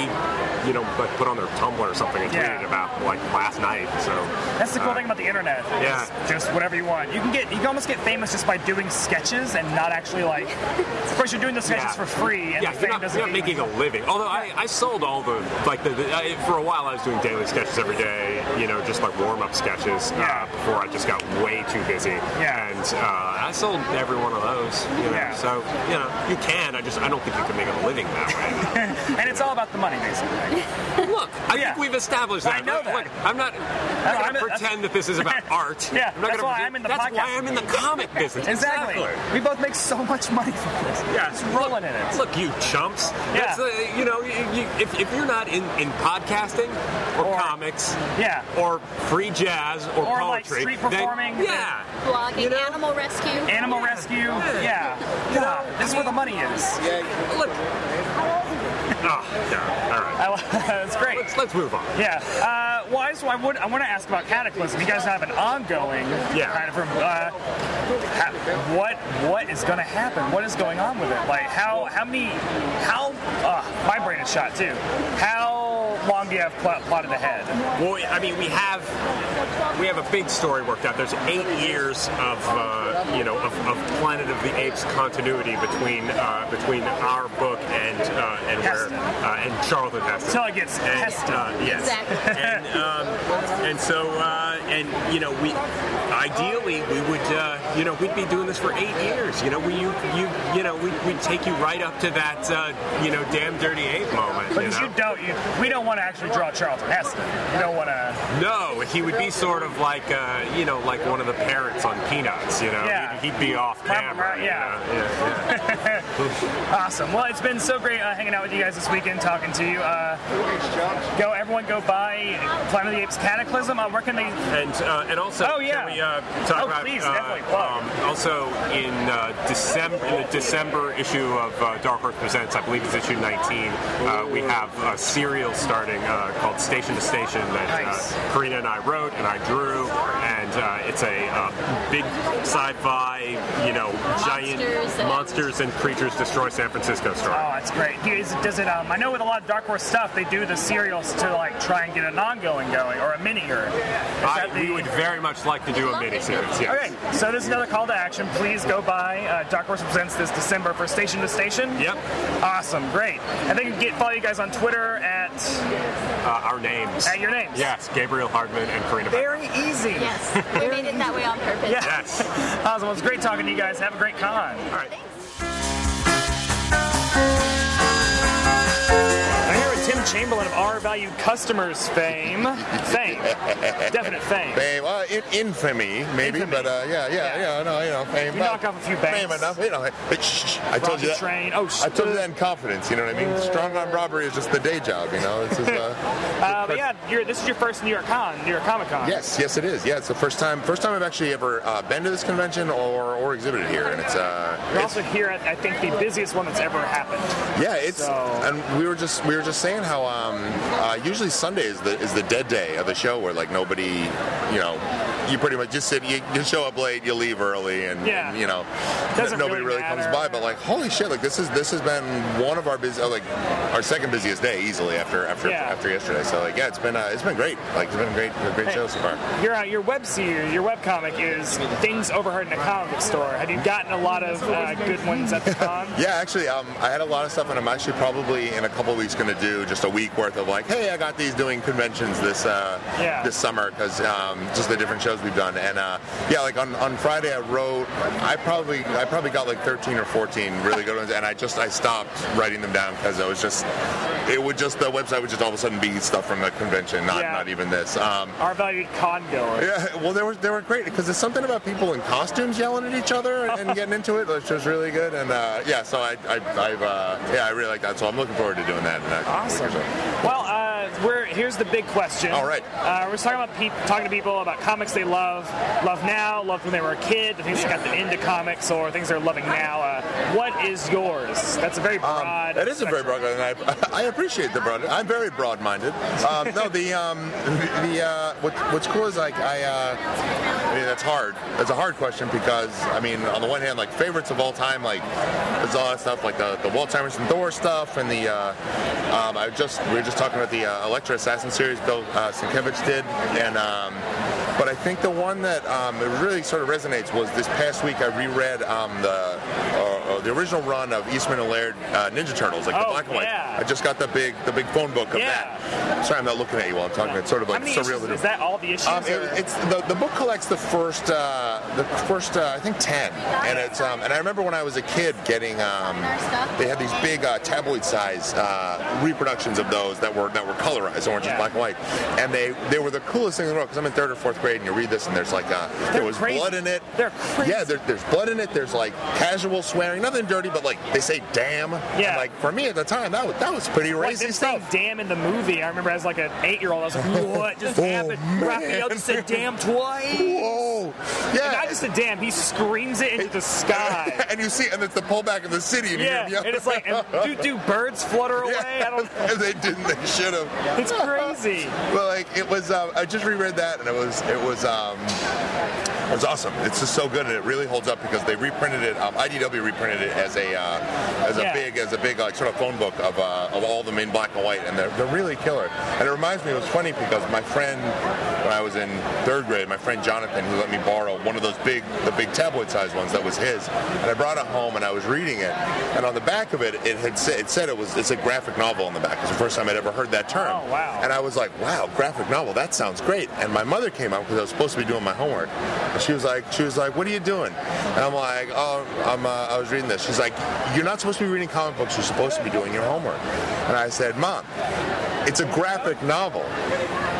you know, like put on their Tumblr or something and Yeah. tweeted about like last night. So uh, That's the cool thing about the internet. yeah. It's Just whatever you want. You can get you can almost get famous just by doing sketches and not actually like. Of course, you're doing the sketches Yeah. for free, and yeah, the you're fame not, doesn't. you're not get you making a living. Although I, I sold all the like the, the I, for a while I was doing daily sketches every day, you know, just like warm up sketches Yeah. uh, before I just got way too busy. Yeah. and uh, I sold every one of those. You know, Yeah. so you know you can. I just I don't think you can make a living that way. much. And it's all about the money, basically. Look, I Yeah. think we've established I that. know Look, that. Look, I'm not. I'm why not I'm- gonna that's- pretend that this is about art. Yeah, I'm not that's gonna why pretend- I'm in the That's podcast why I'm in the comic business. Exactly. We both make so much money from this. Yeah, Just rolling in it. Look, you chumps. That's, uh, you know, you, you, if, if you're not in, in podcasting or, Or- comics Yeah. or free jazz or, Or, like, poetry, street then- performing. yeah. Blogging, You know? animal rescue. Animal rescue. Yeah. God, this is where the money is. Oh, yeah. All right. I lo- It's great. Let's, let's move on. Yeah. Uh, well, I, so I would I want to ask about Cataclysm. You guys have an ongoing Yeah. kind of uh, ha- what what is going to happen? What is going on with it? Like how how many how uh, my brain is shot too. How long do you have pl- plotted ahead? Well, I mean, we have we have a big story worked out. There's eight years of uh, you know of, of Planet of the Apes continuity between uh, between our book and uh, and where Heston. uh, and Charlton Heston. Till it gets and, Heston. Uh, yes. Exactly. And, um, and so uh, and you know we ideally we would uh, you know we'd be doing this for eight years. You know we you you you know we would take you right up to that uh, you know damn dirty ape moment. But you know? you don't. You, we don't want to actually draw Charlton Heston. You don't want to. No, he would be sort of like, uh, you know, like one of the parrots on Peanuts, you know? Yeah. He'd, he'd be off camera. you Yeah. know? yeah, yeah. Awesome. Well, it's been so great uh, hanging out with you guys this weekend, talking to you. Uh, go, everyone, go buy Planet of the Apes Cataclysm. Uh, where can they? And, uh, and also, Oh, yeah. can we uh, talk Oh, about... please, uh, definitely, plug. also, in, uh, December, in the December issue of uh, Dark Horse Presents, I believe it's issue 19, uh, we have a serial starting uh, called Station to Station that Nice. uh, Karina and I wrote and I drew. And uh, it's a uh, big sci-fi, you know, Monsters giant and- monsters and creatures destroy San Francisco story. Oh, that's great. Do- is- does it? Um, I know with a lot of Dark Horse stuff, they do the serials to like try and get an ongoing going or a mini or. I, we would very much like to do a miniseries. Yes. Okay, so there's another call to action. Please go buy uh, Dark Horse Presents this December for Station to Station. Yep. Awesome, great. And then get follow you guys on Twitter at Uh, our names. at your names. Yes, Gabriel Hardman and Karina. Beck. Very easy. Yes, we made it that way on purpose. Yeah. Yes. Awesome. Well, it's great talking to you guys. Have a great con. All right. I'm here with Tim Chamberlain of R Value Customers fame. Fame. Definite fame. Fame, uh, in, infamy, maybe, Infamy. but uh, yeah, yeah, Yeah. yeah, no, you know, fame. You but- knock off a few banks. Fame enough, you know. But shh, shh, I told Rocket you that. train. Oh, sh- I told you that in confidence. You know what I mean? Strong arm robbery is just the day job. You know, it's just. Uh, Uh, but yeah, you're, this is your first New York Con, New York Comic Con. Yes, yes, it is. Yeah, it's the first time. First time I've actually ever uh, been to this convention or, or exhibited here, and it's uh, You're also here at, I think, the busiest one that's ever happened. Yeah, it's So- and we were just we were just saying how um, uh, usually Sunday is the is the dead day of the show where like nobody you know you pretty much just sit you, you show up late you leave early and, Yeah. and, you know Doesn't nobody really really comes matter. by but like holy shit like this is this has been one of our busy oh, like our second busiest day easily after after Yeah. after yesterday so like yeah it's been uh, it's been great like it's been a great a great show so far. Your uh, your web series, your web comic is things overheard in a comic book store. Have you gotten a lot of uh, good ones at the con? Yeah, actually, um, I had a lot of stuff, and I'm actually probably in a couple weeks going to do just a week worth of like, hey, I got these doing conventions this uh, Yeah. this summer because um, just the different shows we've done, and uh, yeah, like on, on Friday I wrote, I probably I probably got like 13 or 14 really good ones, and I just I stopped writing them down because I was just it would just the website would just all of a sudden be stuff from the convention, not Yeah. not even this. Um, Our valued con goer. yeah, well, they were they were great because there's something about people in costumes yelling at each other and, and getting into it, which was really good. And uh, yeah, so I, I I've uh, yeah, I really like that. So I'm looking forward to doing that. In that Awesome. Well, uh, we're here's the big question. All right. Uh, we're talking about peop talking to people about comics they love, love now, loved when they were a kid, the things that got them into comics, or things they're loving now. Uh, what is yours? That's a very broad. Um, That is a very spectrum. broad, and I, I appreciate the broad. I'm very broad-minded. Um, no, the um, the uh, what, what's cool is like I. Uh, I mean, that's hard. That's a hard question because I mean, on the one hand, like favorites of all time, like there's all that stuff, like the the Walt Simonson Thor stuff, and the uh, um, I just we were just talking about the uh, Electra Assassin series Bill uh, Sienkiewicz did, and um, but I think the one that um, it really sort of resonates was this past week I reread um, the uh, uh, the original run of Eastman and Laird uh, Ninja Turtles, like Oh, the black and white. yeah. I just got the big the big phone book of Yeah. that. Sorry, I'm not looking at you while I'm talking. It's sort of How like many surreal. issues- to- Is that all the issues? um, it- or- it's the, the book collects the first uh, the first uh, I think ten, and it's um, and I remember when I was a kid getting um, they had these big uh, tabloid size uh, reproductions of those that were that were colorized, they weren't just Yeah. black and white, and they they were the coolest thing in the world because I'm in third or fourth grade and you read this and there's like uh, there was crazy. blood in it, They're crazy. yeah, there, there's blood in it, there's like casual swearing, nothing dirty, but like they say damn, Yeah. And, like for me at the time that was that was pretty Like, racy them stuff. saying damn in the movie. I remember as like an eight-year-old, I was like, "What just Oh, happened?" Raphael man. just said "damn" twice. Whoa, yeah, Not just a damn. He screams it into the sky. and you see, and it's the pullback of the city. And Yeah, you hear, and it's like, and do do birds flutter away? I don't. if they didn't, they should have. It's crazy. Well, like it was. Um, I just reread that, and it was it was um, it was awesome. It's just so good, and it really holds up because they reprinted it. Um, IDW reprinted it as a uh, as a Yeah. big as a big like sort of phone book of, uh, of all of them in black and white, and they're, they're really killer. And it reminds me, it was funny because my friend when I was in third grade, my friend Jonathan, who let me borrow one of those big the big tabloid sized ones that was his, and I brought it home and I was reading it, and on the back of it, it had said, it said it was it's a graphic novel on the back. It's the first time I'd ever heard that term. Oh, wow. And I was like, wow, graphic novel, that sounds great. And my mother came out because I was supposed to be doing my homework. And she was like, she was like, what are you doing? And I'm like, oh, I'm, uh, I was reading this. She's like, you're not supposed to be reading comic books. You're supposed to be doing your homework. And I said, Mom, it's a graphic novel.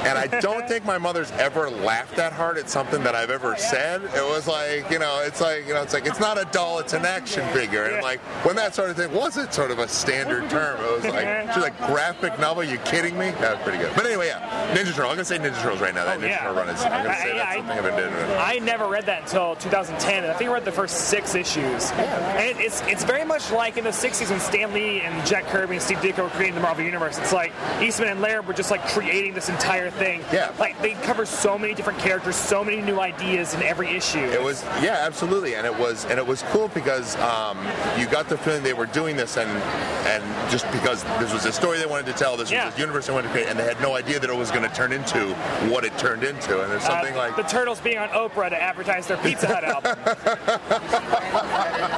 And I don't think my mother's ever laughed that hard at something that I've ever said. It was like, you know, it's like, you know, it's like, it's not a doll, it's an action figure. And like, when that sort of thing wasn't sort of a standard term, it was like, she's like, graphic novel, you kidding me? That was pretty good. But anyway, yeah, Ninja Turtle. I'm going to say Ninja Turtles right now. That Oh, Ninja yeah. Turtle run is, I'm going I- to say I- that's I- something I've been doing. I never read that until 2010, and I think I read the first six issues. And it's it's very much like in the 60s when Stan Lee and Jack Kirby and Steve Ditko were creating the Marvel Universe. It's like Eastman and Laird were just like creating this entire thing. Yeah. Like they cover so many different characters, so many new ideas in every issue. It was yeah, absolutely, and it was and it was cool because um, you got the feeling they were doing this and and just because this was a story they wanted to tell, this Yeah. was the universe they wanted to create, and they had no idea that it was going to turn into what it turned into, and there's Uh, something like the turtles being on Oprah to advertise their Pizza Hut album.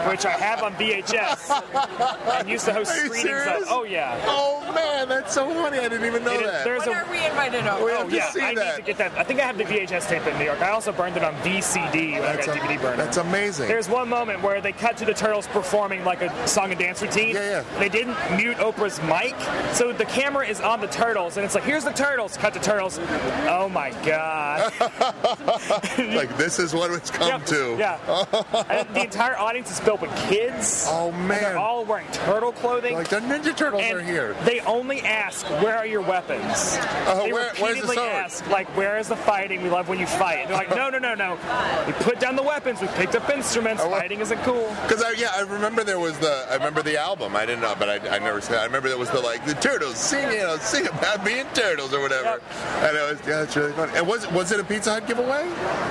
which I have on VHS and used to host Are you screenings serious? of. Oh, yeah. Oh man, that's so funny. I didn't even know It is- that. there's When a- are we invited over? We Oh have to yeah, see I need that. to get that. I think I have the VHS tape in New York. I also burned it on VCD when That's I got a- DVD burner. that's amazing. There's one moment where they cut to the turtles performing like a song and dance routine. Yeah, yeah. They didn't mute Oprah's mic, so the camera is on the turtles, and it's like, here's the turtles. Cut to turtles. Oh my god. like this is what it's come Yep, to. Yeah. and the entire audience is filled with kids. Oh And man. they're all wearing turtle clothing. like the Ninja Turtles And are here. They only ask, "Where are your weapons?" they Uh, where- where's the repeatedly sword? ask, "Like, where is the fighting? We love when you fight." And they're like, "No, no, no, no. We put down the weapons. We picked up instruments. I wa- Fighting isn't cool." Because Oh, I, yeah, I remember there was the I remember the album. I didn't know, but I, I never said. I remember there was the like the turtles singing, you know, sing about being turtles or whatever. Yep. And it was yeah, it's really funny. And was was it a Pizza Hut giveaway?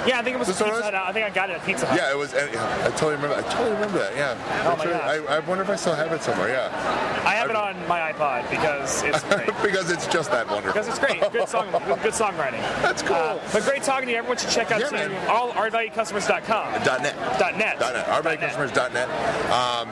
Yeah, I think it was The a Pizza Soros? Hut. I think I got it at Pizza Hut. Yeah, it was. And, yeah, I totally remember. I totally remember that. Yeah. Oh, It's my really- God. I, I wonder if I still have it somewhere. Yeah. I have it on my iPod because it's great. because it's just that wonderful. Because it's great. Good song. Good songwriting. That's cool. Uh, but great talking to you. Everyone should check out Yeah, soon. man. all rvaluecustomers.com. Dot net. Dot net. Dot net. Our Dot net. Dot net. Um,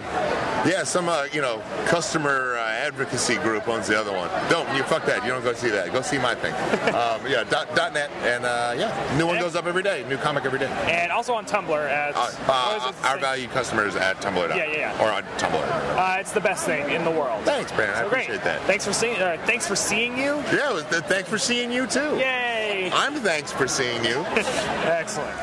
yeah, some uh, you know customer uh, advocacy group owns the other one. Don't you fuck that. You don't go see that. Go see my thing. um, yeah. Dot, dot net and uh, yeah, new one Yeah. goes up every day. New comic every day. And also on Tumblr at Uh, what is uh, it? our value customers at Tumblr. Yeah, yeah, yeah. Or on Tumblr. Uh, it's the best thing in the world. Thanks, man. I So great. appreciate that. Thanks for seeing. Uh, thanks for seeing you. Yeah. it was- th- Thanks for seeing you too. Yay! I'm thanks for seeing you. Excellent.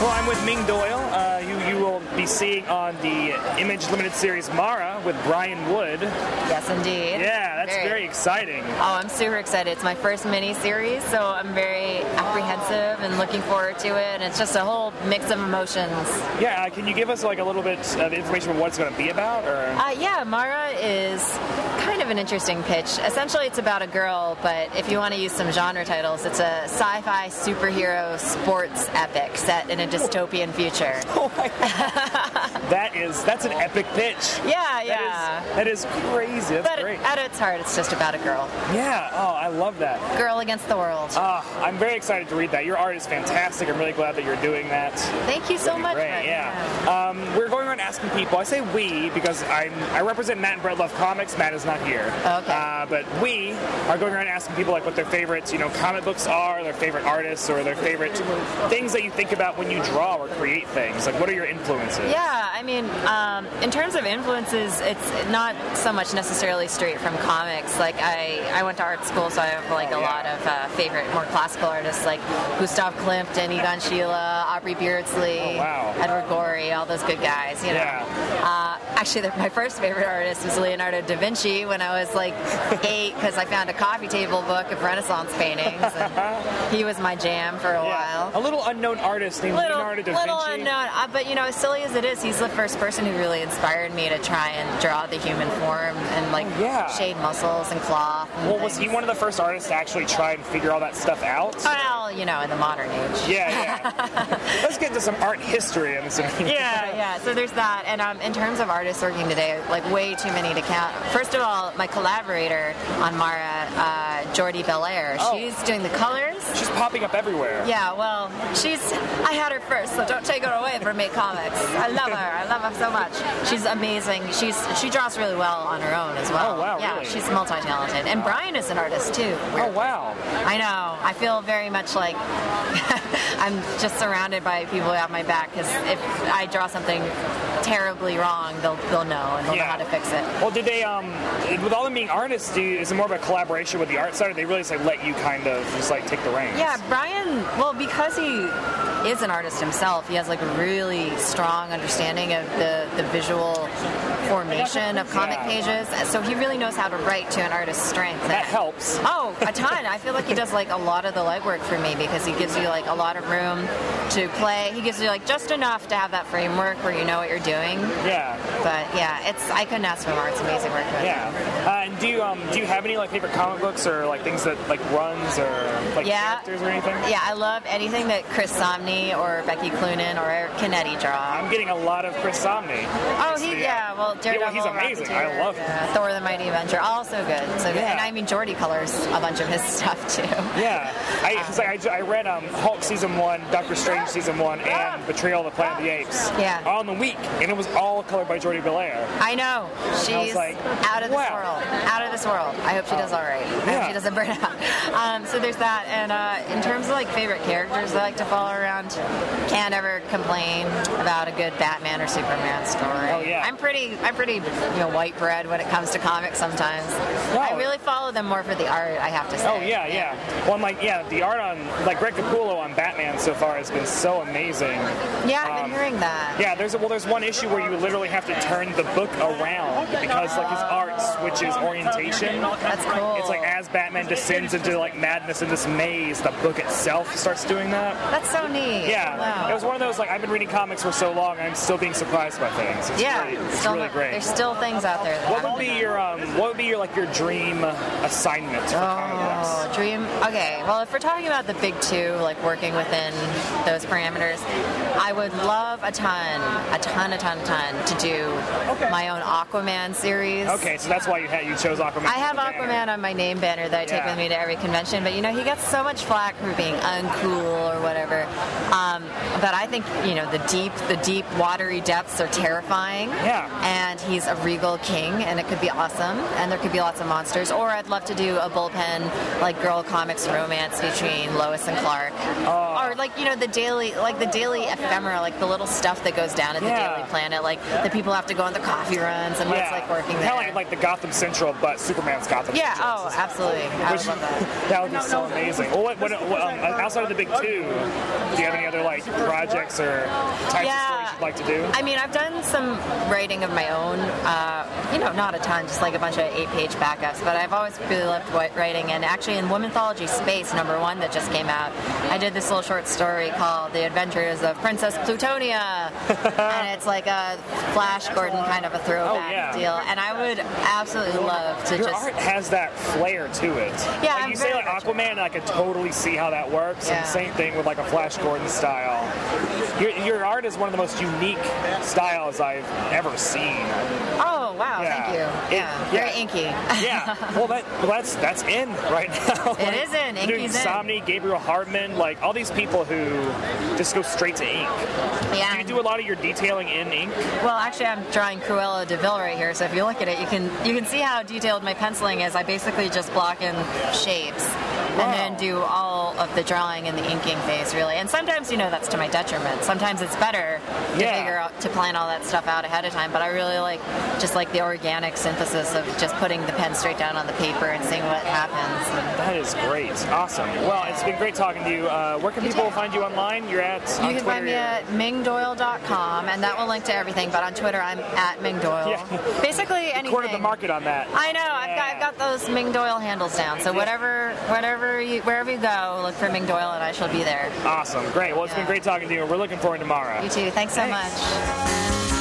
Well, I'm with Ming Doyle, uh, who you will be seeing on the Image Limited series Mara with Brian Wood. Yes, indeed. Yeah, that's Very. very exciting. Oh, I'm super excited. It's my first mini series, so I'm very apprehensive and looking forward to it. And it's just a whole mix of emotions. Yeah, uh, can you give us like a little bit of information on what it's going to be about? Or Uh, yeah, Mara is kind of an interesting pitch. Essentially, it's about a girl, but if you want to use some genre titles, it's a sci fi superhero sports epic set in a dystopian future. that is that's an epic pitch. Yeah, yeah. That is, that is crazy. That's But great. at its heart, it's just about a girl. yeah. Oh, I love that. Girl against the world. Ah, I'm very excited to read that. Your art is fantastic. I'm really glad that you're doing that. Thank you so That'd be much. Great, Brett. yeah. Um, we're going around asking people. I say we because I'm I represent Matt and Brett Love Comics. Matt is not here. Okay. Uh, but we are going around asking people like what their favorite you know comic books are, their favorite artists, or their favorite things that you think about when you draw or create things. Like what are your influences? Yeah, I mean, um, in terms of influences, it's not so much necessarily straight from comics. Like I, I went to art school, so I have like a Oh, yeah. lot of uh, favorite, more classical artists like Gustav Klimt and Egon Schiele, Aubrey Beardsley, Oh, wow. Edward Gorey, all those good guys. You know. Yeah. Uh, actually, the, my first favorite artist was Leonardo da Vinci when I was like eight because I found a coffee table book of Renaissance paintings. And he was my jam for a Yeah. while A little unknown artist named little, Leonardo da little Vinci. unknown. Uh, but you know, as silly as it is, he's the first person who really inspired me to try and draw the human form and like Oh, yeah. shade muscles and cloth. And Well, was he things. one of the first artists to actually try and figure all that stuff out? Well, you know, in the modern age. Yeah, yeah. Let's get into some art history. I'm assuming. Yeah, yeah. So there's that, and um, in terms of artists working today, like way too many to count. First of all, my collaborator on Mara, uh, Jordi Belair, Oh. she's doing the colors. She's popping up everywhere. Yeah, well, she's. I had her first, so don't take her away from me, comics. I love her. I love her so much. She's amazing. She's she draws really well on her own as well. Oh, wow, Yeah, really? she's multi-talented, and Brian is an artist too. Oh wow. I know. I feel very much like I'm just surrounded by people who have my back because if I draw something terribly wrong, they'll they'll know and they'll Yeah. know how to fix it. Well, did they, um, with all them being artists, do you, is it more of a collaboration with the art side, or they really just like let you kind of just like take the reins? Yeah, Brian, well, because he is an artist himself, he has like a really strong understanding of the, the visual formation of comic Yeah. pages. So he really knows how to write to an artist's strength. That helps. Oh, a ton. I feel like he does like a lot of the legwork for me because he gives you like a lot of room to play. He gives you like just enough to have that framework where you know what you're doing. Yeah, But yeah, it's I couldn't ask for more. It's amazing work. with him. yeah. Uh, and do you um, do you have any like favorite comic books or like things that like runs or um, like Yeah. characters or anything? Yeah, I love anything that Chris Somney or Becky Cloonan or Eric Canetti draw. I'm getting a lot of Chris Somney. uh, Oh, he, yeah. Well, Daredevil. he's amazing. I Rocketeer, love him. yeah, Thor: The Mighty Avenger. Also good. So good. Yeah. And I mean, Jordy colors a bunch of his stuff too. Yeah, I, it's like, I I, ju- I read um, Hulk season one, Doctor Strange season one, and Betrayal of the Planet of the Apes. Yeah. On the week, and it was all colored by Jordi Belair. I know. She's like, Uh, out of this world. Out of this world. I hope she does all right. I hope she doesn't burn out. Um, so there's that. And uh, in terms of like favorite characters I like to follow around, can't ever complain about a good Batman or Superman story. Oh, yeah. I'm pretty, I'm pretty, you know, white bread when it comes to comics sometimes. I really follow them more for the art, I have to say. Oh yeah, yeah. Well, I'm like, yeah, the art on like Greg Capullo on Batman so far has been so amazing. Yeah, Um, I've been hearing that. Yeah, there's a, well, there's one issue where you literally have to turn the book around because like his art switches orientation. That's cool. It's like as Batman descends into like madness in this maze, the book itself starts doing that. That's so neat. Yeah, Wow. it was one of those like I've been reading comics for so long, I'm still being surprised by things. It's yeah, really, it's still really not- great. There's still things out there. That What would haven't be been your um, what would be your like your dream assignment for comic books? Oh, dream. Okay. Well, if we're talking about the big two, like working within those parameters, I would love a ton, a ton, a ton, a ton to do my own Aquaman series. Okay, so that's why you had you chose Aquaman. I have Aquaman on my name banner that I take Yeah. with me to every convention, but you know he gets so much flack for being uncool or whatever. Um, but I think you know the deep, the deep watery depths are terrifying. Yeah. And he's a regal king, and it could be awesome. And there could be lots of monsters. Or I'd love to do a bullpen like girl comics romance between Lois and Clark. Or like you know the daily, like the daily ephemera, like the little stuff that goes down at Yeah. the Daily Planet, like the people have to go on the coffee runs and what it's like working there. Kind of like, like the Gotham Central, but Superman's Gotham. Yeah, Central. oh, absolutely. I would Which- love that. That would be so amazing. Well, what, what, what, um, outside of the big two, do you have any other like projects or types of stories you'd like to do? I mean, I've done some writing of my own, uh, you know, not a ton, just like a bunch of eight page backups, but I've always really loved wi- writing. And actually, in Womanthology Space, number one that just came out, I did this little short story called The Adventures of Princess Plutonia. and it's like a Flash Gordon kind of a throwback Oh, yeah. deal. And I would absolutely love to Your just. art has that flair to it. Yeah, like I'm you say very like Aquaman, and I could totally see how that works. Yeah. And same thing with like a Flash Gordon style. Your, your art is one of the most unique styles I've ever seen. Oh, wow, Yeah. thank you. Yeah, very inky. Yeah. Well, that well, that's that's in right now. It is in. Ink Dude, is in. Somni, Gabriel Hardman, like all these people who just go straight to ink. Yeah. Do you do a lot of your detailing in ink? Well, actually, I'm drawing Cruella de Vil right here, so if you look at it, you can you can see how detailed my penciling is. I basically just block in shapes and then do all of the drawing and the inking phase, really. And sometimes, you know, that's to my detriment. Sometimes it's better to Yeah. figure out to plan all that stuff out ahead of time. But I really like just like the organic synthesis of just putting the pen straight down on the paper and seeing what happens. That is great. Awesome. Well, it's been great talking to you. Uh, where can people find you online? You're at You on can find Twitter, me you're- at mingdoyle.com, and that will link to everything. But on Twitter, I'm at mingdoyle. Basically, anything. cornered the market on that. I know. I've got I've got those Ming Doyle handles down. So whatever whatever you wherever you go, look for Ming Doyle, and I shall be there. Awesome. Great. Well, it's been great talking to you. We're looking forward to tomorrow. You too. Thanks so much.